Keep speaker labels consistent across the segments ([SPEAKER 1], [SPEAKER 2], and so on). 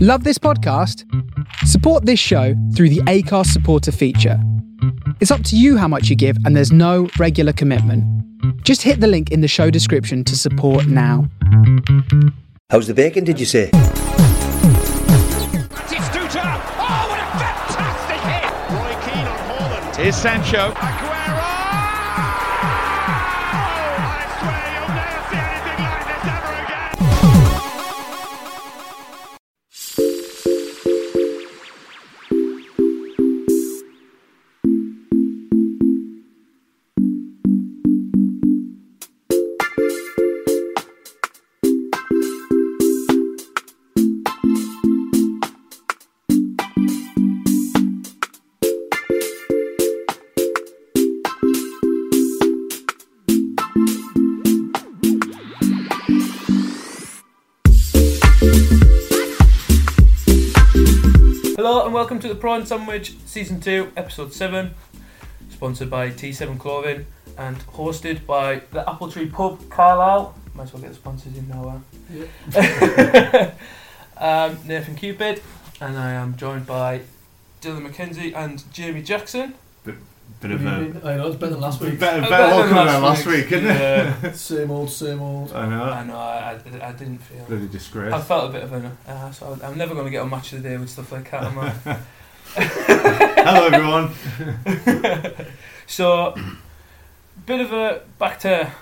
[SPEAKER 1] Love this podcast? Support this show through the ACARS supporter feature. It's up to you how much you give, and there's no regular commitment. Just hit the link in the show description to support now.
[SPEAKER 2] How's the bacon, did you say?
[SPEAKER 3] It's Duta. Oh, what a fantastic hit! Roy Keane on Holland.
[SPEAKER 4] Here's Sancho.
[SPEAKER 3] Aguero! Oh, I swear you'll never see anything like this ever again.
[SPEAKER 5] Hello and welcome to the Prawn Sandwich Season 2, Episode 7, sponsored by T7 Clothing and hosted by the Apple Tree Pub, Carlisle. Might as well get the sponsors in now. eh? um, Nathan Cupid, and I am joined by Dylan McKenzie and Jamie Jackson.
[SPEAKER 4] Bit of a
[SPEAKER 6] I know, it's better than last
[SPEAKER 4] better,
[SPEAKER 6] week.
[SPEAKER 4] better
[SPEAKER 5] Better
[SPEAKER 4] luck
[SPEAKER 5] than
[SPEAKER 4] than last week, isn't
[SPEAKER 5] Yeah.
[SPEAKER 6] Same old, same old.
[SPEAKER 4] it? I know.
[SPEAKER 5] I know, I, I, I didn't feel.
[SPEAKER 4] Bloody disgrace.
[SPEAKER 5] I felt a bit of an ass. I- I'm never going to get a match of the day with stuff like that, am I?
[SPEAKER 4] Hello, everyone.
[SPEAKER 5] so, bit of a back to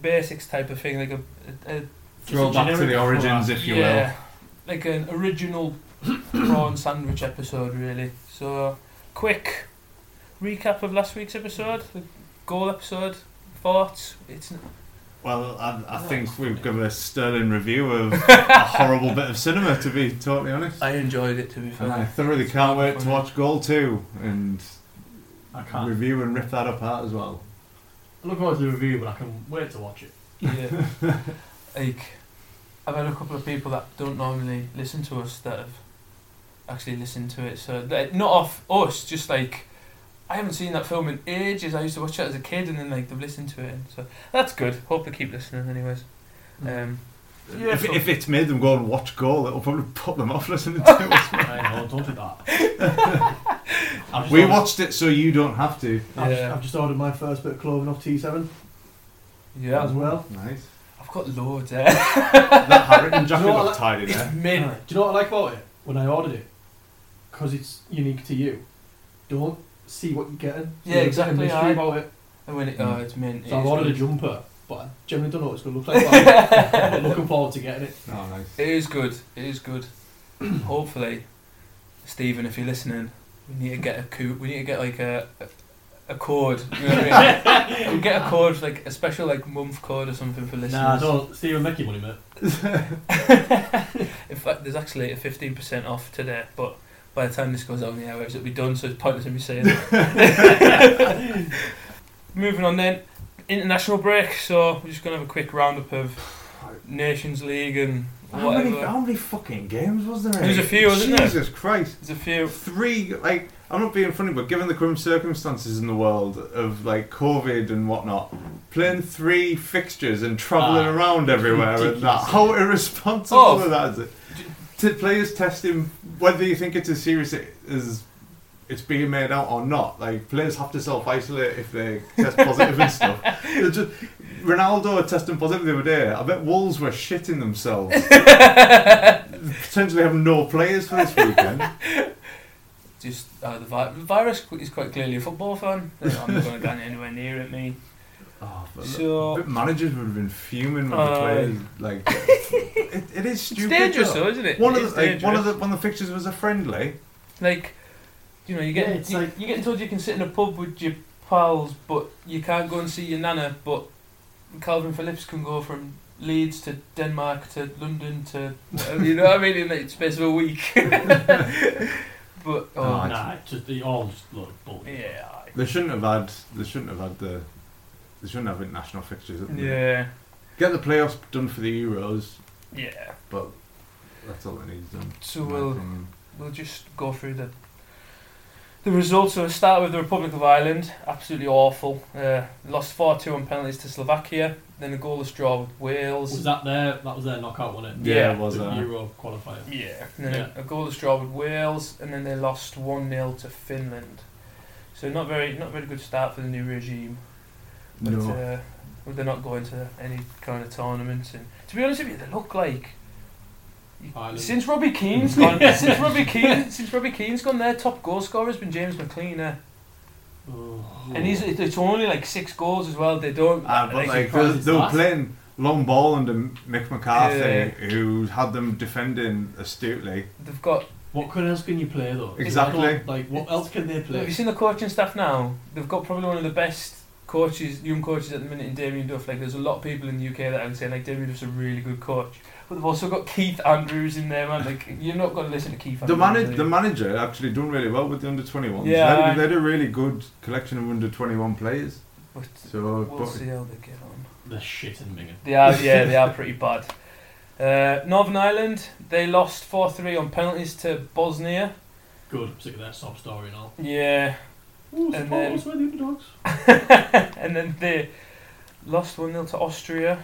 [SPEAKER 5] basics type of thing, like a, a, a
[SPEAKER 4] Throw back to the origins, if you
[SPEAKER 5] yeah, like an original prawn sandwich episode, really. So, quick recap of last week's episode, the goal episode, thoughts. It's
[SPEAKER 4] will. Well, I, I think we've got a sterling review of a horrible bit of cinema, to be totally honest.
[SPEAKER 5] I enjoyed it to be
[SPEAKER 4] And I
[SPEAKER 5] fair.
[SPEAKER 4] thoroughly
[SPEAKER 5] It's
[SPEAKER 4] can't
[SPEAKER 5] not
[SPEAKER 4] wait to
[SPEAKER 5] funny.
[SPEAKER 4] watch Goal 2 and
[SPEAKER 6] I
[SPEAKER 5] Ah.
[SPEAKER 6] can't.
[SPEAKER 4] review and rip that apart as well.
[SPEAKER 6] I'm looking forward to the review, but I can wait to watch it.
[SPEAKER 5] Yeah. like, I've had a couple of people that don't normally listen to us that have actually listened to it. So like, not off us, just like I haven't seen that film in ages. I used to watch it as a kid, and then like they've listened to it. And so that's good. Hope they keep listening, anyways.
[SPEAKER 6] Mm.
[SPEAKER 5] Um, Yeah,
[SPEAKER 4] if,
[SPEAKER 5] so-
[SPEAKER 4] if it's made them go and watch Goal, it'll probably put them off listening to us.
[SPEAKER 6] I know, don't do that. I've just
[SPEAKER 4] We
[SPEAKER 6] ordered-
[SPEAKER 4] watched it so you don't have to.
[SPEAKER 6] I've,
[SPEAKER 5] Yeah.
[SPEAKER 6] I've just ordered my first bit of clothing off T7
[SPEAKER 5] yeah,
[SPEAKER 6] as well.
[SPEAKER 4] Nice.
[SPEAKER 5] I've got loads. Eh?
[SPEAKER 4] That Harrington jacket
[SPEAKER 6] You know what I
[SPEAKER 4] looked tidy there.
[SPEAKER 5] Mint.
[SPEAKER 6] Do you know what I like about it? When I ordered it, because it's unique to you, don't see what you're getting.
[SPEAKER 5] Yeah,
[SPEAKER 6] There's a
[SPEAKER 5] exactly,
[SPEAKER 6] mystery
[SPEAKER 5] aye.
[SPEAKER 6] about it.
[SPEAKER 5] And when it, oh, it's mint.
[SPEAKER 6] So I've
[SPEAKER 5] It's
[SPEAKER 6] ordered a
[SPEAKER 5] good.
[SPEAKER 6] jumper, but I generally don't know what it's going to look like. but I'm- I'm looking forward to getting it.
[SPEAKER 4] Oh, nice.
[SPEAKER 5] It is good. It is good. Hopefully, Stephen, if you're listening, we need to get a coup. We need to get like a a, a code. You know what I mean? we get a code, like a special like month code or something for listeners.
[SPEAKER 6] Nah, don't. See you make your money, mate.
[SPEAKER 5] In fact, there's actually a fifteen percent off today, but by the time this goes out on the airwaves, it'll be done. So it's pointless in me saying. it. Moving on then, international break. So we're just gonna have a quick roundup of Nations League and
[SPEAKER 4] How
[SPEAKER 5] whatever.
[SPEAKER 4] many, how many fucking games was there?
[SPEAKER 5] There's
[SPEAKER 4] in
[SPEAKER 5] a
[SPEAKER 4] it?
[SPEAKER 5] few, wasn't there?
[SPEAKER 4] Jesus Christ.
[SPEAKER 5] There's a few.
[SPEAKER 4] Three, like, I'm not being funny, but given the current circumstances in the world of, like, COVID and whatnot, playing three fixtures and travelling
[SPEAKER 6] Ah,
[SPEAKER 4] around everywhere and that,
[SPEAKER 6] ridiculous.
[SPEAKER 4] how irresponsible
[SPEAKER 5] Oh.
[SPEAKER 4] of that is it? To players testing whether you think it's as serious as it's being made out or not. Like players have to self isolate if they test positive and stuff. They're just, Ronaldo testing positive the other day. I bet Wolves were shitting themselves. Potentially have no players for this weekend.
[SPEAKER 5] just uh, the, vi- the virus qu- is quite clearly a football fan. I'm not going to get anywhere near it, me.
[SPEAKER 4] Oh, but
[SPEAKER 5] So-
[SPEAKER 4] but managers would have been fuming with the
[SPEAKER 5] Aye.
[SPEAKER 4] players. Like it, it is
[SPEAKER 5] Uh, It's
[SPEAKER 4] stupid.
[SPEAKER 5] dangerous,
[SPEAKER 4] though.
[SPEAKER 5] though, isn't it?
[SPEAKER 4] One
[SPEAKER 5] It
[SPEAKER 4] of
[SPEAKER 5] is
[SPEAKER 4] the like, one
[SPEAKER 5] dangerous.
[SPEAKER 4] of the one of the fixtures was a friendly.
[SPEAKER 5] like, you know, you get
[SPEAKER 6] Yeah, it's
[SPEAKER 5] you,
[SPEAKER 6] like-
[SPEAKER 5] you getting told you can sit in a pub with your pals, but you can't go and see your nana. But Calvin Phillips can go from Leeds to Denmark to London to whatever, you know what I mean in the space of a week. but oh,
[SPEAKER 4] Aye.
[SPEAKER 6] Nah, it's just the all just look bullshit.
[SPEAKER 5] yeah, aye.
[SPEAKER 4] They shouldn't have had. They shouldn't have had the. They shouldn't have international fixtures. At the minute.
[SPEAKER 5] yeah,
[SPEAKER 4] Get the playoffs done for the Euros,
[SPEAKER 5] yeah.
[SPEAKER 4] but that's all that needs done.
[SPEAKER 5] So
[SPEAKER 4] in my
[SPEAKER 5] we'll
[SPEAKER 4] opinion.
[SPEAKER 5] we'll just go through the The results so it started with the Republic of Ireland, absolutely awful. Uh, lost 4 2 on penalties to Slovakia, then a goalless draw with
[SPEAKER 6] Was
[SPEAKER 5] Wales.
[SPEAKER 6] that their that was their knockout, wasn't it?
[SPEAKER 5] Yeah, Yeah, it
[SPEAKER 4] was,
[SPEAKER 6] The
[SPEAKER 4] uh,
[SPEAKER 6] Euro qualifier.
[SPEAKER 5] Yeah. And then A, a goalless draw with Wales, and then they lost 1 0 to Finland. So not very not very good start for the new regime. But
[SPEAKER 4] No.
[SPEAKER 5] uh, well, they're not going to any kind of tournaments. And to be honest with you, they look like
[SPEAKER 6] Ireland.
[SPEAKER 5] since Robbie Keane's gone. since Robbie Keane since Robbie Keane's gone, their top goal scorer has been James uh, McLeaner,
[SPEAKER 6] Oh.
[SPEAKER 5] and he's it's only like six goals as well. They don't.
[SPEAKER 4] Ah, but
[SPEAKER 5] they-
[SPEAKER 4] like,
[SPEAKER 6] surprised
[SPEAKER 4] they-
[SPEAKER 6] it's
[SPEAKER 4] they were
[SPEAKER 6] last.
[SPEAKER 4] playing long ball under Mick McCarthy,
[SPEAKER 5] Yeah.
[SPEAKER 4] who had them defending astutely.
[SPEAKER 5] they've got.
[SPEAKER 6] What can else can you play though?
[SPEAKER 4] Exactly.
[SPEAKER 6] Like what else can they
[SPEAKER 5] Have you
[SPEAKER 6] play?
[SPEAKER 5] seen the coaching staff now? They've got probably one of the best coaches, young coaches at the minute in Damien Duff. Like, there's a lot of people in the UK that I would say like Damien Duff's a really good coach. But they've also got Keith Andrews in there, man. Like, you're not going to listen to Keith
[SPEAKER 4] The,
[SPEAKER 5] Andrews. are
[SPEAKER 4] manag
[SPEAKER 5] you?
[SPEAKER 4] the manager actually done really well with the under 21s.
[SPEAKER 5] Yeah,
[SPEAKER 4] they,
[SPEAKER 5] I-
[SPEAKER 4] had, they had a really good collection of under 21 players.
[SPEAKER 5] But
[SPEAKER 4] So,
[SPEAKER 5] we'll
[SPEAKER 4] but-
[SPEAKER 5] see how they get on.
[SPEAKER 6] They're shit in Mingan.
[SPEAKER 5] They are, yeah, they are pretty bad. Uh, Northern Ireland, they lost 4 3 on penalties to Bosnia.
[SPEAKER 6] Good. I'm sick of that sob story and all.
[SPEAKER 5] Yeah.
[SPEAKER 6] Ooh,
[SPEAKER 5] And then-
[SPEAKER 6] supporters were the underdogs.
[SPEAKER 5] and then they lost 1 0 to Austria.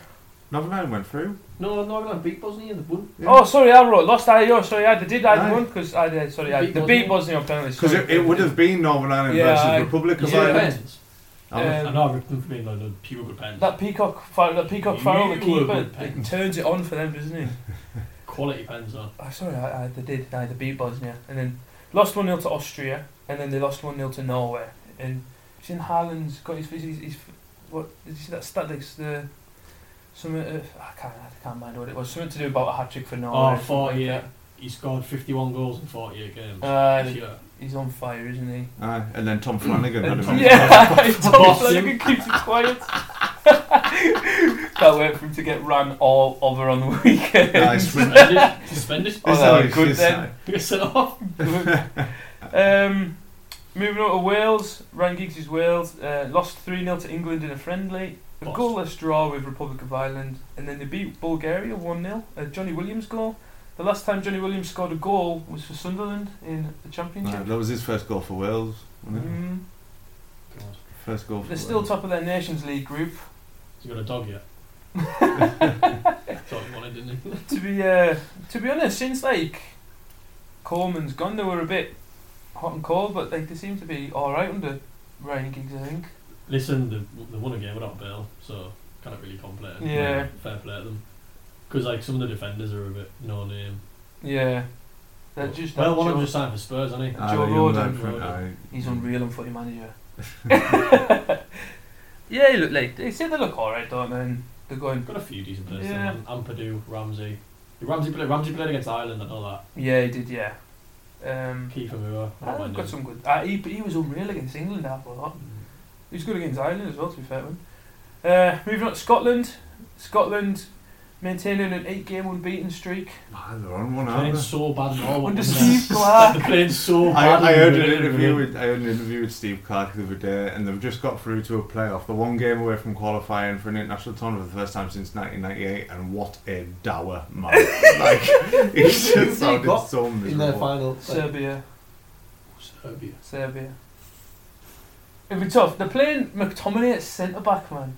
[SPEAKER 4] Northern Ireland went through.
[SPEAKER 6] No, no, I beat Bosnia in the won.
[SPEAKER 4] Yeah.
[SPEAKER 5] Oh, sorry, I wrote lost. I, oh, sorry, I did. I
[SPEAKER 4] Aye.
[SPEAKER 5] won because I did. Sorry, I
[SPEAKER 6] Beat
[SPEAKER 5] they
[SPEAKER 6] Bosnia.
[SPEAKER 5] beat Bosnia on penalties.
[SPEAKER 4] Because
[SPEAKER 5] sorry.
[SPEAKER 4] it, it would have been Northern Ireland
[SPEAKER 5] Yeah, I-
[SPEAKER 4] versus Republic of
[SPEAKER 5] Yeah.
[SPEAKER 4] Ireland.
[SPEAKER 5] Yeah.
[SPEAKER 6] Um, I know I ripped them for being like the pure good pens.
[SPEAKER 5] Um, That Peacock, Far- that Peacock
[SPEAKER 6] You
[SPEAKER 5] Farrell, the
[SPEAKER 6] were
[SPEAKER 5] keeper,
[SPEAKER 6] good, Pete.
[SPEAKER 5] it turns it on for them, doesn't he?
[SPEAKER 6] Quality pens though.
[SPEAKER 5] Oh, sorry, I, I, they did. I, they beat Bosnia. And then lost 1 0 to Austria. And then they lost 1 0 to Norway. And Shin Haaland's got his. his, his what? Did you see that stat? That's the. Something. Uh, I, can't, I can't mind what it was. Something to do about a hat trick for Norway.
[SPEAKER 6] Oh,
[SPEAKER 5] or something
[SPEAKER 6] 48.
[SPEAKER 5] like
[SPEAKER 6] He scored 51 goals in 48 games.
[SPEAKER 5] that. Uh,
[SPEAKER 6] This year.
[SPEAKER 5] he's on fire, isn't he?
[SPEAKER 4] Aye, Ah, and then Tom Flanagan had him.
[SPEAKER 5] And-
[SPEAKER 4] in.
[SPEAKER 5] yeah, it's
[SPEAKER 6] Boss
[SPEAKER 5] like
[SPEAKER 6] him.
[SPEAKER 5] it keeps it quiet. Can't wait for him to get ran all over on the weekend.
[SPEAKER 4] Nice. win.
[SPEAKER 6] Suspended. Suspended.
[SPEAKER 5] Oh,
[SPEAKER 4] This
[SPEAKER 5] that
[SPEAKER 4] is
[SPEAKER 5] was good
[SPEAKER 4] just-
[SPEAKER 5] then.
[SPEAKER 6] Get sent off.
[SPEAKER 5] um, moving on to Wales, Ryan Giggs is Wales. Uh, lost 3 0 to England in a friendly. A
[SPEAKER 6] Lost.
[SPEAKER 5] goalless draw with Republic of Ireland. And then they beat Bulgaria 1 0. A Johnny Williams goal. The last time Johnny Williams scored a goal was for Sunderland in the Championship.
[SPEAKER 4] Aye, that was his first goal for Wales. wasn't it?
[SPEAKER 5] Mm.
[SPEAKER 6] God.
[SPEAKER 4] First goal. For
[SPEAKER 5] They're still
[SPEAKER 4] Wales.
[SPEAKER 5] top of their Nations League group.
[SPEAKER 6] Has he got a dog yet? That's what he wanted, didn't he?
[SPEAKER 5] to be uh, to be honest, since like Coleman's gone, they were a bit hot and cold, but like they seem to be all right under Ryan Giggs. I think.
[SPEAKER 6] Listen, they, they won a game without Bale, so can't really complain.
[SPEAKER 5] Yeah.
[SPEAKER 6] Fair play to them. Because like some of the defenders are a bit no name.
[SPEAKER 5] Yeah, they're just
[SPEAKER 6] well,
[SPEAKER 5] that
[SPEAKER 6] one of
[SPEAKER 5] Joe-
[SPEAKER 6] them just signed for Spurs, hasn't he?
[SPEAKER 5] Uh,
[SPEAKER 4] Aye,
[SPEAKER 5] Joe
[SPEAKER 4] Ah, the young
[SPEAKER 5] Roden.
[SPEAKER 4] lad from- aye.
[SPEAKER 5] He's unreal and footy manager. yeah, he look like they say they look all right, don't they? And they're going.
[SPEAKER 6] Got a few decent players.
[SPEAKER 5] Yeah.
[SPEAKER 6] Yeah. And Purdue, Ramsey. Ramsey played, Ramsey played against Ireland, I know that.
[SPEAKER 5] Yeah, he did. Yeah. Um,
[SPEAKER 6] Kiefer Moore. I don't
[SPEAKER 5] I've
[SPEAKER 6] mind
[SPEAKER 5] got
[SPEAKER 6] him.
[SPEAKER 5] some good. Uh, he, he was unreal against England. I thought. He was good against Ireland as well, to be fair. to him. Uh, moving on to Scotland. Scotland maintaining an eight game unbeaten streak.
[SPEAKER 4] Ah, they're on one, aren't
[SPEAKER 6] Playing
[SPEAKER 4] they?
[SPEAKER 6] so bad in all
[SPEAKER 5] Under
[SPEAKER 6] wasn't
[SPEAKER 5] Steve
[SPEAKER 6] they?
[SPEAKER 5] Clark.
[SPEAKER 6] They're playing so bad.
[SPEAKER 4] I, I
[SPEAKER 6] in
[SPEAKER 4] heard an
[SPEAKER 6] England.
[SPEAKER 4] interview with I heard an interview with Steve Clark the other day, and they've just got through to a playoff. They're one game away from qualifying for an international tournament for the first time since 1998, and what a dour man! like he just sounded
[SPEAKER 6] got
[SPEAKER 4] so
[SPEAKER 6] in their
[SPEAKER 4] miserable.
[SPEAKER 6] final. Like,
[SPEAKER 5] Serbia.
[SPEAKER 6] Serbia.
[SPEAKER 5] Serbia. It'd be tough. They're playing McTominay at centre back, man.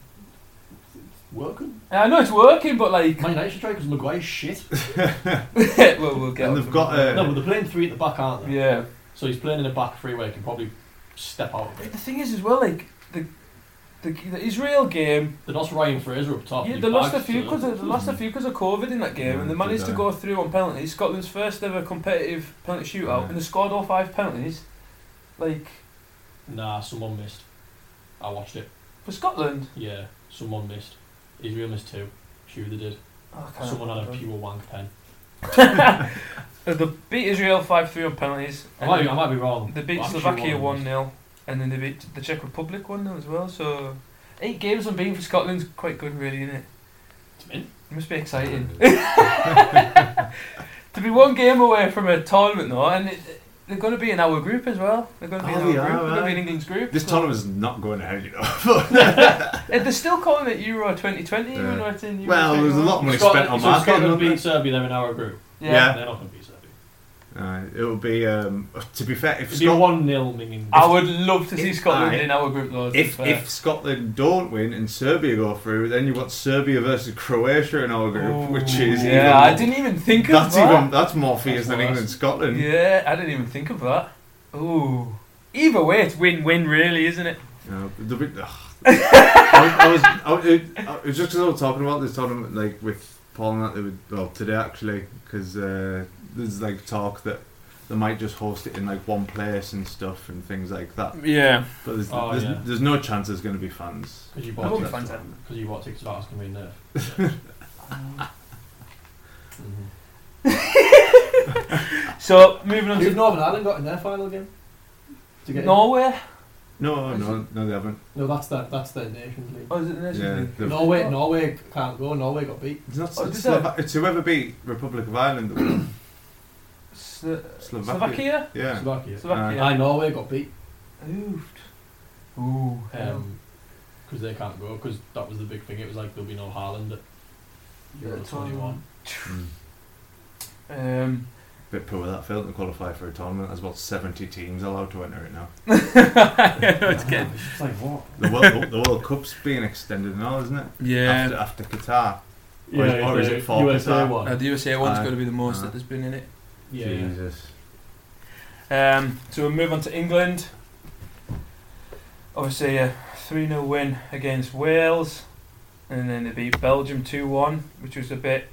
[SPEAKER 6] Working.
[SPEAKER 5] And I know it's working, but like.
[SPEAKER 6] Man United should try because Maguire's shit.
[SPEAKER 5] well, we'll get
[SPEAKER 4] And
[SPEAKER 5] on
[SPEAKER 4] they've
[SPEAKER 5] to
[SPEAKER 4] got uh,
[SPEAKER 5] that.
[SPEAKER 4] a
[SPEAKER 6] no, but they're playing three at the back, aren't they?
[SPEAKER 5] Yeah.
[SPEAKER 6] So he's playing in a back three where he can probably step out a
[SPEAKER 5] But
[SPEAKER 6] bit.
[SPEAKER 5] the thing is, as well, like. The, the, the Israel game,
[SPEAKER 6] They lost Ryan Fraser up top.
[SPEAKER 5] yeah,
[SPEAKER 6] He
[SPEAKER 5] they lost a
[SPEAKER 6] bagged,
[SPEAKER 5] few
[SPEAKER 6] so-
[SPEAKER 5] because they lost a few because of COVID in that game, and they
[SPEAKER 4] Mm,
[SPEAKER 5] managed
[SPEAKER 4] did
[SPEAKER 5] to
[SPEAKER 4] they?
[SPEAKER 5] go through on penalties. Scotland's first ever competitive penalty shootout,
[SPEAKER 4] Yeah.
[SPEAKER 5] and they scored all five penalties. Like
[SPEAKER 6] Nah, someone missed. I watched it.
[SPEAKER 5] for Scotland,
[SPEAKER 6] Yeah, someone missed. Israel missed two. Sure they did.
[SPEAKER 5] Oh, I can't
[SPEAKER 6] Someone had a
[SPEAKER 5] remember.
[SPEAKER 6] pure wank pen.
[SPEAKER 5] Uh, They beat Israel 5 3 on penalties.
[SPEAKER 6] I
[SPEAKER 5] and
[SPEAKER 6] might, be, I might be wrong.
[SPEAKER 5] They beat
[SPEAKER 6] but I'm sure
[SPEAKER 5] Slovakia
[SPEAKER 6] one of them
[SPEAKER 5] 1 0, and then they beat the Czech Republic 1 0 as well. So, eight games unbeaten for Scotland's quite good, really, isn't
[SPEAKER 6] missed.
[SPEAKER 5] it?
[SPEAKER 6] It's in.
[SPEAKER 5] It must be exciting. to be one game away from a tournament, though, and it, they're going to be in our group as well. They're going to be
[SPEAKER 4] Oh,
[SPEAKER 5] in
[SPEAKER 4] they
[SPEAKER 5] our group.
[SPEAKER 4] are,
[SPEAKER 5] They're going to be in
[SPEAKER 4] aye.
[SPEAKER 5] England's group.
[SPEAKER 4] This
[SPEAKER 5] so-
[SPEAKER 4] tournament's not going ahead, you know.
[SPEAKER 5] Eh, They're still calling it Euro 2020,
[SPEAKER 4] Yeah.
[SPEAKER 5] even though it's in Euro
[SPEAKER 4] well, there's a
[SPEAKER 5] 21.
[SPEAKER 4] lot of money
[SPEAKER 6] Scotland-
[SPEAKER 4] spent on
[SPEAKER 6] so Scotland
[SPEAKER 4] marketing.
[SPEAKER 6] beat
[SPEAKER 4] wasn't
[SPEAKER 6] Serbia, they're in our group.
[SPEAKER 5] Yeah.
[SPEAKER 4] yeah.
[SPEAKER 6] They're not going to beat Serbia.
[SPEAKER 4] Uh, it'll be um, to be fair if
[SPEAKER 6] It'd be a
[SPEAKER 4] Scotland,
[SPEAKER 6] one 0 meaning.
[SPEAKER 5] I would love to see
[SPEAKER 4] If-
[SPEAKER 5] Scotland
[SPEAKER 4] aye.
[SPEAKER 5] in our group, though. to
[SPEAKER 4] if
[SPEAKER 5] be fair.
[SPEAKER 4] if Scotland don't win and Serbia go through, then you got Serbia versus Croatia in our group, which is
[SPEAKER 5] Oh, yeah,
[SPEAKER 4] even
[SPEAKER 5] I
[SPEAKER 4] more-
[SPEAKER 5] didn't even think of
[SPEAKER 4] That's
[SPEAKER 5] that.
[SPEAKER 4] even that's more fierce
[SPEAKER 5] That's
[SPEAKER 4] than
[SPEAKER 5] worse.
[SPEAKER 4] England Scotland.
[SPEAKER 5] Yeah, I didn't even think of that. Ooh. Either way, it's win-win, really, isn't it?
[SPEAKER 4] No, but Uh, the big- ugh. I, I was I, was- it, uh, it was just because I was talking about this tournament like with Paul and that they would well today actually because uh, there's like talk that they might just host it in like one place and stuff and things like that.
[SPEAKER 5] Yeah.
[SPEAKER 4] But there's
[SPEAKER 6] Oh,
[SPEAKER 4] there's,
[SPEAKER 6] yeah.
[SPEAKER 4] there's no chance there's going to be fans.
[SPEAKER 6] Because you
[SPEAKER 5] I
[SPEAKER 6] bought
[SPEAKER 5] won't be
[SPEAKER 6] tickets.
[SPEAKER 5] fans then.
[SPEAKER 6] Because you bought tickets to Arsenal being there. Mm-hmm.
[SPEAKER 5] So, moving on to
[SPEAKER 6] Northern Ireland got in their final game? To get in?
[SPEAKER 5] Norway.
[SPEAKER 4] No, no, no, they haven't.
[SPEAKER 6] No, that's their that's their Nations League.
[SPEAKER 5] Oh, is it the Nations
[SPEAKER 4] Yeah,
[SPEAKER 5] League?
[SPEAKER 4] the-
[SPEAKER 6] Norway, Norway can't go. Norway got beat.
[SPEAKER 4] It's not
[SPEAKER 5] Oh, did
[SPEAKER 4] it's,
[SPEAKER 5] they?
[SPEAKER 4] Slova- it's whoever beat Republic of Ireland. That won.
[SPEAKER 5] Slo-
[SPEAKER 4] Slovakia.
[SPEAKER 5] Slovakia?
[SPEAKER 4] Yeah.
[SPEAKER 6] Slovakia. Uh,
[SPEAKER 5] Slovakia.
[SPEAKER 6] Aye, Norway got beat
[SPEAKER 5] Ooh. Ooh.
[SPEAKER 6] because they can't go. Because that was the big thing. It was like there'll be no Haaland at Euro
[SPEAKER 5] Yeah,
[SPEAKER 6] 21.
[SPEAKER 4] Mm.
[SPEAKER 5] Um,
[SPEAKER 4] Bit poor that failed to qualify for a tournament. There's about 70 teams allowed to enter it now.
[SPEAKER 5] it's getting,
[SPEAKER 6] It's like what?
[SPEAKER 4] The World, the World Cup's being extended now, isn't it?
[SPEAKER 5] yeah.
[SPEAKER 4] After, after Qatar. Or is- or is
[SPEAKER 6] the
[SPEAKER 4] it four
[SPEAKER 6] USA
[SPEAKER 4] percent?
[SPEAKER 5] Uh,
[SPEAKER 6] one?
[SPEAKER 5] the USA one's
[SPEAKER 4] Aye.
[SPEAKER 5] got to be the most
[SPEAKER 4] Aye.
[SPEAKER 5] that there's been in it.
[SPEAKER 6] Yeah, yeah.
[SPEAKER 4] Jesus.
[SPEAKER 5] Um, so we'll move on to England. Obviously, a 3 0 win against Wales, and then they beat Belgium 2 1, which was a bit.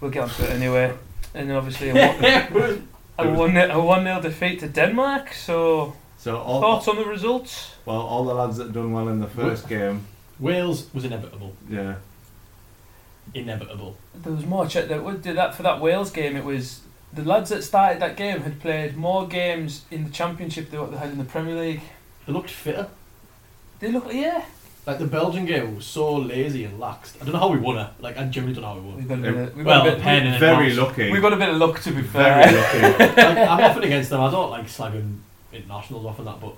[SPEAKER 5] We'll get onto it anyway. And then obviously, a 1 0 defeat to Denmark. So,
[SPEAKER 4] So, all,
[SPEAKER 5] thoughts on the results?
[SPEAKER 4] well, all the lads that done well in the first game,
[SPEAKER 6] Wales was inevitable.
[SPEAKER 4] yeah.
[SPEAKER 6] Inevitable.
[SPEAKER 5] There was more. Check that. What did that for that Wales game? It was the lads that started that game had played more games in the Championship than what they had in the Premier League.
[SPEAKER 6] They looked fitter.
[SPEAKER 5] They look, yeah.
[SPEAKER 6] Like the Belgian game was so lazy and laxed. I don't know how we won it. Like I genuinely don't know how we
[SPEAKER 5] We
[SPEAKER 6] won.
[SPEAKER 5] got a bit. Of, we
[SPEAKER 6] Well,
[SPEAKER 5] got a bit.
[SPEAKER 6] pen and
[SPEAKER 4] Very
[SPEAKER 6] advance.
[SPEAKER 4] lucky.
[SPEAKER 5] We uh, got a bit of luck to be fair.
[SPEAKER 4] Very lucky.
[SPEAKER 6] like, I'm nothing against them. I don't like slagging internationals off and that, but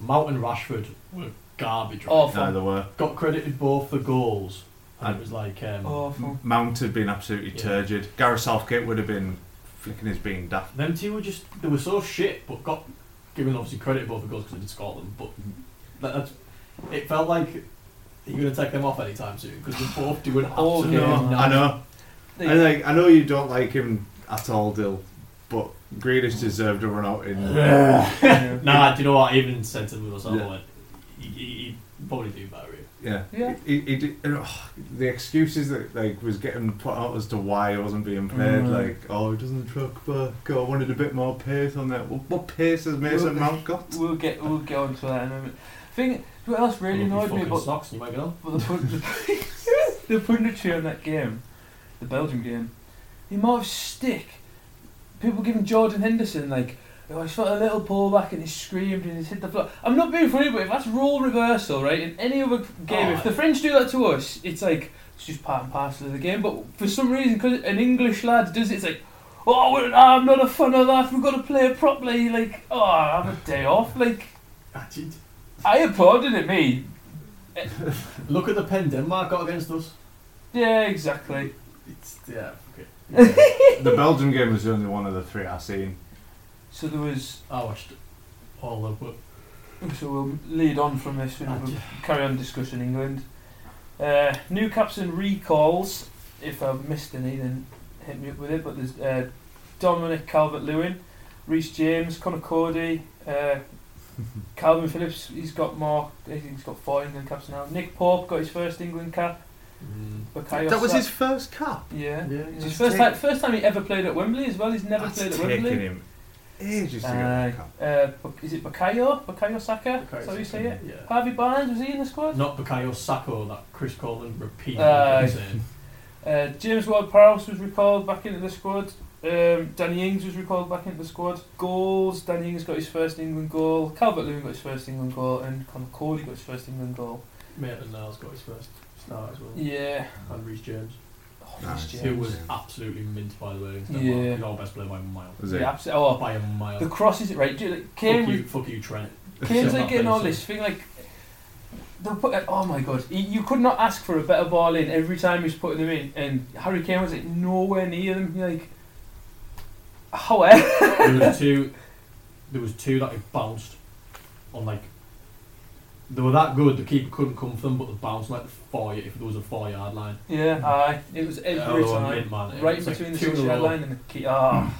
[SPEAKER 6] Mount and Rashford were garbage. right?
[SPEAKER 5] Awful.
[SPEAKER 4] Neither were.
[SPEAKER 6] Got credited both for goals, and
[SPEAKER 4] And-
[SPEAKER 6] it was like um,
[SPEAKER 5] Awful.
[SPEAKER 4] Mount had been absolutely
[SPEAKER 6] Yeah.
[SPEAKER 4] turgid. Gareth Southgate would have been flicking his bean daft.
[SPEAKER 6] them two were just they were so shit, but got given obviously credit both for goals because they did score them. But that, that's it felt like you're gonna take them off anytime soon because they're both doing
[SPEAKER 5] Oh,
[SPEAKER 6] absolutely
[SPEAKER 5] no.
[SPEAKER 6] nothing.
[SPEAKER 4] I know. I, like, I know you don't like him at all, Dill, but Grealish deserved a run out in.
[SPEAKER 5] Yeah.
[SPEAKER 6] Nah, do you know what? I even said to them myself,
[SPEAKER 4] Yeah.
[SPEAKER 6] I went, "You- you you probably do better. here."
[SPEAKER 4] Yeah.
[SPEAKER 5] Yeah.
[SPEAKER 4] He, he did, and, oh, the excuses that like was getting put out as to why I wasn't being played,
[SPEAKER 5] Mm.
[SPEAKER 4] like oh he doesn't truck back, oh, I wanted a bit more pace on that. What, what pace has Mason Mount got?
[SPEAKER 5] We'll get we'll get onto that in a minute. Thing, what else really
[SPEAKER 6] Look, you
[SPEAKER 5] annoyed me
[SPEAKER 6] fucking
[SPEAKER 5] about
[SPEAKER 6] socks, and you might get on.
[SPEAKER 5] But the, pun- the punditry on that game, the Belgium game, the amount of stick people giving Jordan Henderson like, oh, he's got a little pull back and he screamed and he's hit the floor. I'm not being funny, but if that's rule reversal, right, in any other game, if
[SPEAKER 6] Oh,
[SPEAKER 5] the French do that to us, it's like it's just part and parcel of the game. But for some reason, because an English lad does it, it's like. Oh, we're- I'm not a fan of that. We've got to play it properly. Like, oh, have a day off. Like,
[SPEAKER 6] Ah, gee,
[SPEAKER 5] I applauded it, me.
[SPEAKER 6] Look at the pen Denmark got against us.
[SPEAKER 5] Yeah, exactly.
[SPEAKER 6] It's yeah. Okay.
[SPEAKER 4] the Belgium game was the only one of the three I seen.
[SPEAKER 5] So there was
[SPEAKER 6] I watched all of it.
[SPEAKER 5] So we'll lead on from this and we'll carry on discussing England. Uh, new caps and recalls. If I've missed any, then hit me up with it. But there's uh, Dominic Calvert Lewin, Reece James, Connor Cody, uh, Calvin Phillips. He's got more. I think he's got four England caps now. Nick Pope got his first England cap.
[SPEAKER 6] mm,
[SPEAKER 5] Bukayo
[SPEAKER 4] that was
[SPEAKER 5] Saka-
[SPEAKER 4] his first cap.
[SPEAKER 5] Yeah.
[SPEAKER 6] Yeah,
[SPEAKER 5] It's
[SPEAKER 6] yeah.
[SPEAKER 5] his first time, first time he ever played at Wembley as well. He's never
[SPEAKER 4] That's
[SPEAKER 5] played at
[SPEAKER 4] taken
[SPEAKER 5] Wembley.
[SPEAKER 4] him ages to get
[SPEAKER 5] Uh,
[SPEAKER 4] that cap.
[SPEAKER 5] uh, Buk- is it Bukayo? Bukayo Saka? Is that how you say it?
[SPEAKER 6] Yeah.
[SPEAKER 5] Harvey Barnes, was he in the squad?
[SPEAKER 6] Not Bukayo Sako, that Chris Coleman repeat.
[SPEAKER 5] Aye.
[SPEAKER 6] keeps saying.
[SPEAKER 5] Uh, James Ward-Prowse was recalled back into the squad. Um, Danny Ings was recalled back into the squad. Goals: Danny Ings got his first England goal. Calvert-Lewin got his first England goal, and Conor Cody got his first England goal.
[SPEAKER 6] Maitland Niles got his first start as well.
[SPEAKER 5] Yeah.
[SPEAKER 6] And Reece James,
[SPEAKER 5] Oh,
[SPEAKER 4] Nice.
[SPEAKER 5] Reece
[SPEAKER 6] who
[SPEAKER 5] James.
[SPEAKER 6] was
[SPEAKER 4] Yeah.
[SPEAKER 6] absolutely mint by the way. against
[SPEAKER 5] Yeah.
[SPEAKER 6] Denmark. He's our best player by a mile.
[SPEAKER 4] Was it?
[SPEAKER 5] Yeah, absolutely.
[SPEAKER 6] By a
[SPEAKER 5] Oh,
[SPEAKER 6] mile.
[SPEAKER 5] the cross is it right? Do you, like,
[SPEAKER 6] fuck,
[SPEAKER 5] Kane
[SPEAKER 6] you,
[SPEAKER 5] was,
[SPEAKER 6] fuck you, Trent.
[SPEAKER 5] Kane's
[SPEAKER 6] Yeah,
[SPEAKER 5] like getting all
[SPEAKER 6] basically.
[SPEAKER 5] this thing like. They'll put it, oh my god! You- You could not ask for a better ball in every time he's putting them in, and Harry Kane was like nowhere near them. You're like, However,
[SPEAKER 6] there was two. There was two that had bounced on like. They were that good. The keeper couldn't come for them, but they bounced like the four. If there was a four yard line.
[SPEAKER 5] yeah, aye, it was every
[SPEAKER 6] Oh,
[SPEAKER 5] time,
[SPEAKER 6] mid man, it
[SPEAKER 5] right
[SPEAKER 6] was like
[SPEAKER 5] between the
[SPEAKER 6] two in a
[SPEAKER 5] six yard
[SPEAKER 6] row.
[SPEAKER 5] line and the key. Ah,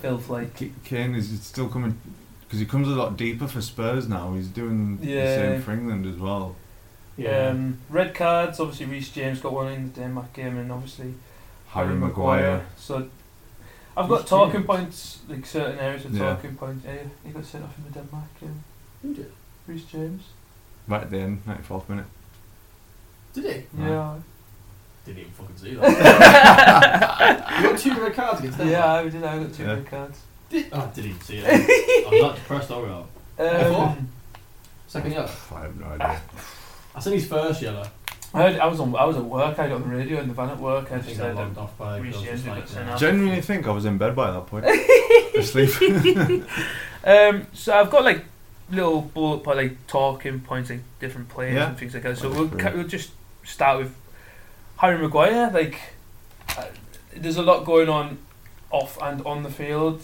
[SPEAKER 5] Phil Flake.
[SPEAKER 4] K- Kane is still coming because he comes a lot deeper for Spurs now. He's doing
[SPEAKER 5] Yeah.
[SPEAKER 4] the same for England as well.
[SPEAKER 6] Yeah.
[SPEAKER 5] Um, red cards. Obviously, Reece James got one in the Denmark game, and obviously
[SPEAKER 4] Harry Maguire.
[SPEAKER 5] So I've got
[SPEAKER 6] Reece
[SPEAKER 5] talking
[SPEAKER 6] James.
[SPEAKER 5] points, like certain areas of
[SPEAKER 4] Yeah.
[SPEAKER 5] talking points. Eh, He got sent off in the Denmark game.
[SPEAKER 6] Who did?
[SPEAKER 5] Reece James.
[SPEAKER 4] Right at the end, 94th minute.
[SPEAKER 6] Did he?
[SPEAKER 4] Right.
[SPEAKER 5] Yeah.
[SPEAKER 6] Didn't even fucking see that. you got two red cards against them.
[SPEAKER 5] Yeah, I did. I got two
[SPEAKER 4] Yeah.
[SPEAKER 5] red cards.
[SPEAKER 6] Did, oh, I didn't even see it. I'm not depressed overall. Before?
[SPEAKER 5] Um,
[SPEAKER 6] Second yellow.
[SPEAKER 4] Pff, I have no idea.
[SPEAKER 6] I seen his first yellow.
[SPEAKER 5] I, heard, I was on. I was at work. I got on the radio in the van at work. I
[SPEAKER 6] I
[SPEAKER 5] just
[SPEAKER 6] think I
[SPEAKER 5] heard.
[SPEAKER 6] logged
[SPEAKER 5] um,
[SPEAKER 6] off by
[SPEAKER 5] Reece
[SPEAKER 6] because
[SPEAKER 5] James
[SPEAKER 6] it's
[SPEAKER 5] got
[SPEAKER 6] like,
[SPEAKER 5] sent
[SPEAKER 6] yeah.
[SPEAKER 5] off.
[SPEAKER 4] Genuinely think I was in bed by that point. Asleep.
[SPEAKER 5] Um, so I've got like little bullet point, like talking points, like different players
[SPEAKER 4] Yeah.
[SPEAKER 5] and things like that. So
[SPEAKER 4] Like
[SPEAKER 5] we'll,
[SPEAKER 4] three.
[SPEAKER 5] ca- we'll just start with Harry Maguire. Like, uh, there's a lot going on off and on the field.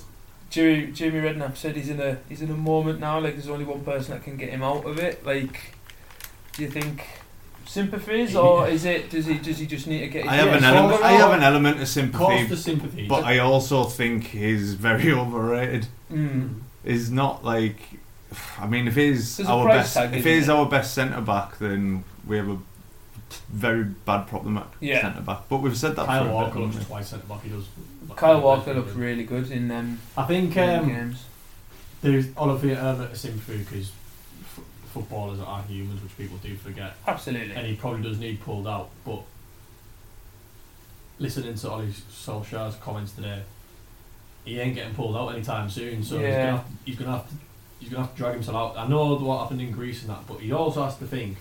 [SPEAKER 5] Jimmy Jimmy Redknapp said he's in a he's in a moment now. Like, there's only one person that can get him out of it. Like, do you think sympathies or is it does he does he just need to get? His
[SPEAKER 4] I have an
[SPEAKER 5] Yeah,
[SPEAKER 4] element.
[SPEAKER 5] so-
[SPEAKER 4] I have an element of
[SPEAKER 6] Cost
[SPEAKER 4] sympathy,
[SPEAKER 6] for sympathy.
[SPEAKER 4] but I also think he's very overrated.
[SPEAKER 5] Mm.
[SPEAKER 4] Is not like. I mean, if he's
[SPEAKER 5] There's a
[SPEAKER 4] our
[SPEAKER 5] price
[SPEAKER 4] best,
[SPEAKER 5] tag,
[SPEAKER 4] if
[SPEAKER 5] isn't
[SPEAKER 4] he's
[SPEAKER 5] there?
[SPEAKER 4] our best centre back, then we have a t- very bad problem at
[SPEAKER 5] Yeah.
[SPEAKER 4] centre back. But we've said that. for
[SPEAKER 6] Kyle
[SPEAKER 4] a
[SPEAKER 6] Walker
[SPEAKER 4] bit,
[SPEAKER 6] looks
[SPEAKER 4] haven't
[SPEAKER 6] twice centre back. He does.
[SPEAKER 5] Kyle Walker looked really good in them
[SPEAKER 6] I think
[SPEAKER 5] um,
[SPEAKER 6] um,
[SPEAKER 5] games.
[SPEAKER 6] there's Oliver element of sympathy because f- footballers are humans, which people do forget.
[SPEAKER 5] Absolutely.
[SPEAKER 6] and he probably does need pulled out. But listening to Ollie Solskjaer's comments today, he ain't getting pulled out anytime soon. So he's,
[SPEAKER 5] Yeah.
[SPEAKER 6] gonna have, he's gonna have to he's gonna have to drag himself out. I know what happened in Greece and that, but he also has to think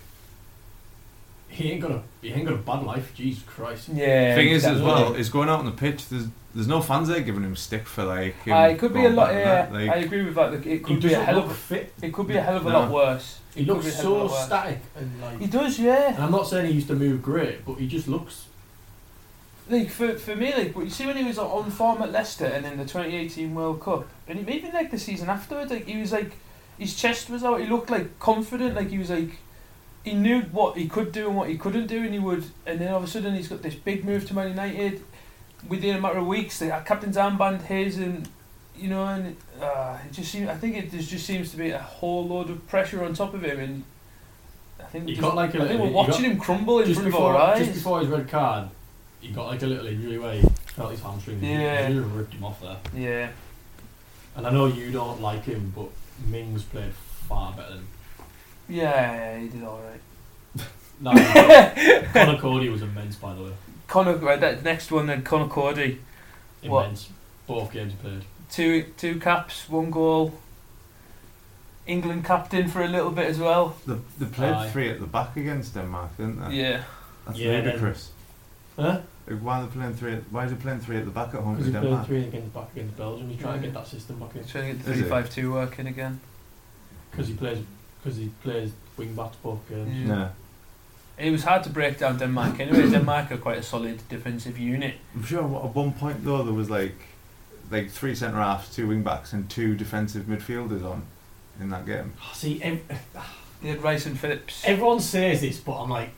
[SPEAKER 6] he ain't got a he ain't got a bad life. Jesus Christ!
[SPEAKER 5] Yeah.
[SPEAKER 4] we? Thing is, as
[SPEAKER 5] exactly.
[SPEAKER 4] well, is going out on the pitch. There's there's no fans there giving him stick for like. him
[SPEAKER 5] Uh, it could be a
[SPEAKER 4] going
[SPEAKER 5] lot.
[SPEAKER 4] back
[SPEAKER 5] Yeah,
[SPEAKER 4] and that,
[SPEAKER 5] I
[SPEAKER 4] like,
[SPEAKER 5] agree with that. Like, it
[SPEAKER 6] He
[SPEAKER 5] could be a
[SPEAKER 6] doesn't
[SPEAKER 5] hell
[SPEAKER 6] look
[SPEAKER 5] of
[SPEAKER 6] fit.
[SPEAKER 5] a, it could be a hell of a
[SPEAKER 4] No.
[SPEAKER 5] lot worse.
[SPEAKER 6] He
[SPEAKER 5] Could
[SPEAKER 6] looks
[SPEAKER 5] be a hell of
[SPEAKER 6] so
[SPEAKER 5] a lot worse.
[SPEAKER 6] static and like.
[SPEAKER 5] He does, yeah.
[SPEAKER 6] and I'm not saying he used to move great, but he just looks.
[SPEAKER 5] Like for, for me, like but you see when he was on form at Leicester and in the 2018 World Cup, and even like the season afterwards, like he was like his chest was out. He looked like confident. Like he was like he knew what he could do and what he couldn't do, and he would. And then all of a sudden, he's got this big move to Man United. Within a matter of weeks, the captain's armband his, and you know, and uh, it just seems. I think it just, just seems to be a whole load of pressure on top of him, and I think
[SPEAKER 6] He
[SPEAKER 5] just-
[SPEAKER 6] got like a
[SPEAKER 5] I think
[SPEAKER 6] little-
[SPEAKER 5] we're
[SPEAKER 6] he
[SPEAKER 5] watching
[SPEAKER 6] got-
[SPEAKER 5] him crumble in
[SPEAKER 6] Just
[SPEAKER 5] front of our
[SPEAKER 6] before, just
[SPEAKER 5] eyes.
[SPEAKER 6] before his red card, he got like a little injury where he felt his hamstring.
[SPEAKER 5] Yeah.
[SPEAKER 6] He really ripped him off there.
[SPEAKER 5] Yeah.
[SPEAKER 6] And I know you don't like him, but Mings played far better than him.
[SPEAKER 5] Yeah, yeah, he did all right.
[SPEAKER 6] No, Connor Cody was immense, by the way.
[SPEAKER 5] Connor, right, uh, that next one then Connor Cody, What?
[SPEAKER 6] Immense. Both games he played.
[SPEAKER 5] two two caps, one goal. England captain for a little bit as well.
[SPEAKER 4] the, they played
[SPEAKER 6] Aye.
[SPEAKER 4] three at the back against Denmark, didn't they?
[SPEAKER 5] Yeah,
[SPEAKER 4] That's
[SPEAKER 6] Yeah, and-
[SPEAKER 4] ludicrous.
[SPEAKER 6] Huh?
[SPEAKER 4] Like, why are they playing three? At, why is he playing three at the back at home
[SPEAKER 6] Because he
[SPEAKER 4] to
[SPEAKER 6] played
[SPEAKER 4] Denmark?
[SPEAKER 6] three against back against Belgium. He's trying to
[SPEAKER 5] Yeah.
[SPEAKER 6] get that system back in.
[SPEAKER 5] he's trying to get the
[SPEAKER 4] Is it?
[SPEAKER 5] three five two working again.
[SPEAKER 6] Because he plays, because he plays wing backs both games.
[SPEAKER 5] Yeah.
[SPEAKER 4] Yeah,
[SPEAKER 5] It was hard to break down Denmark anyway. Denmark are quite a solid defensive unit.
[SPEAKER 4] I'm sure at one point though there was like like three centre halves, two wing backs, and two defensive midfielders on in that game.
[SPEAKER 6] Ah, See, ev-
[SPEAKER 5] They had Rice and Phillips.
[SPEAKER 6] everyone says this, but I'm like,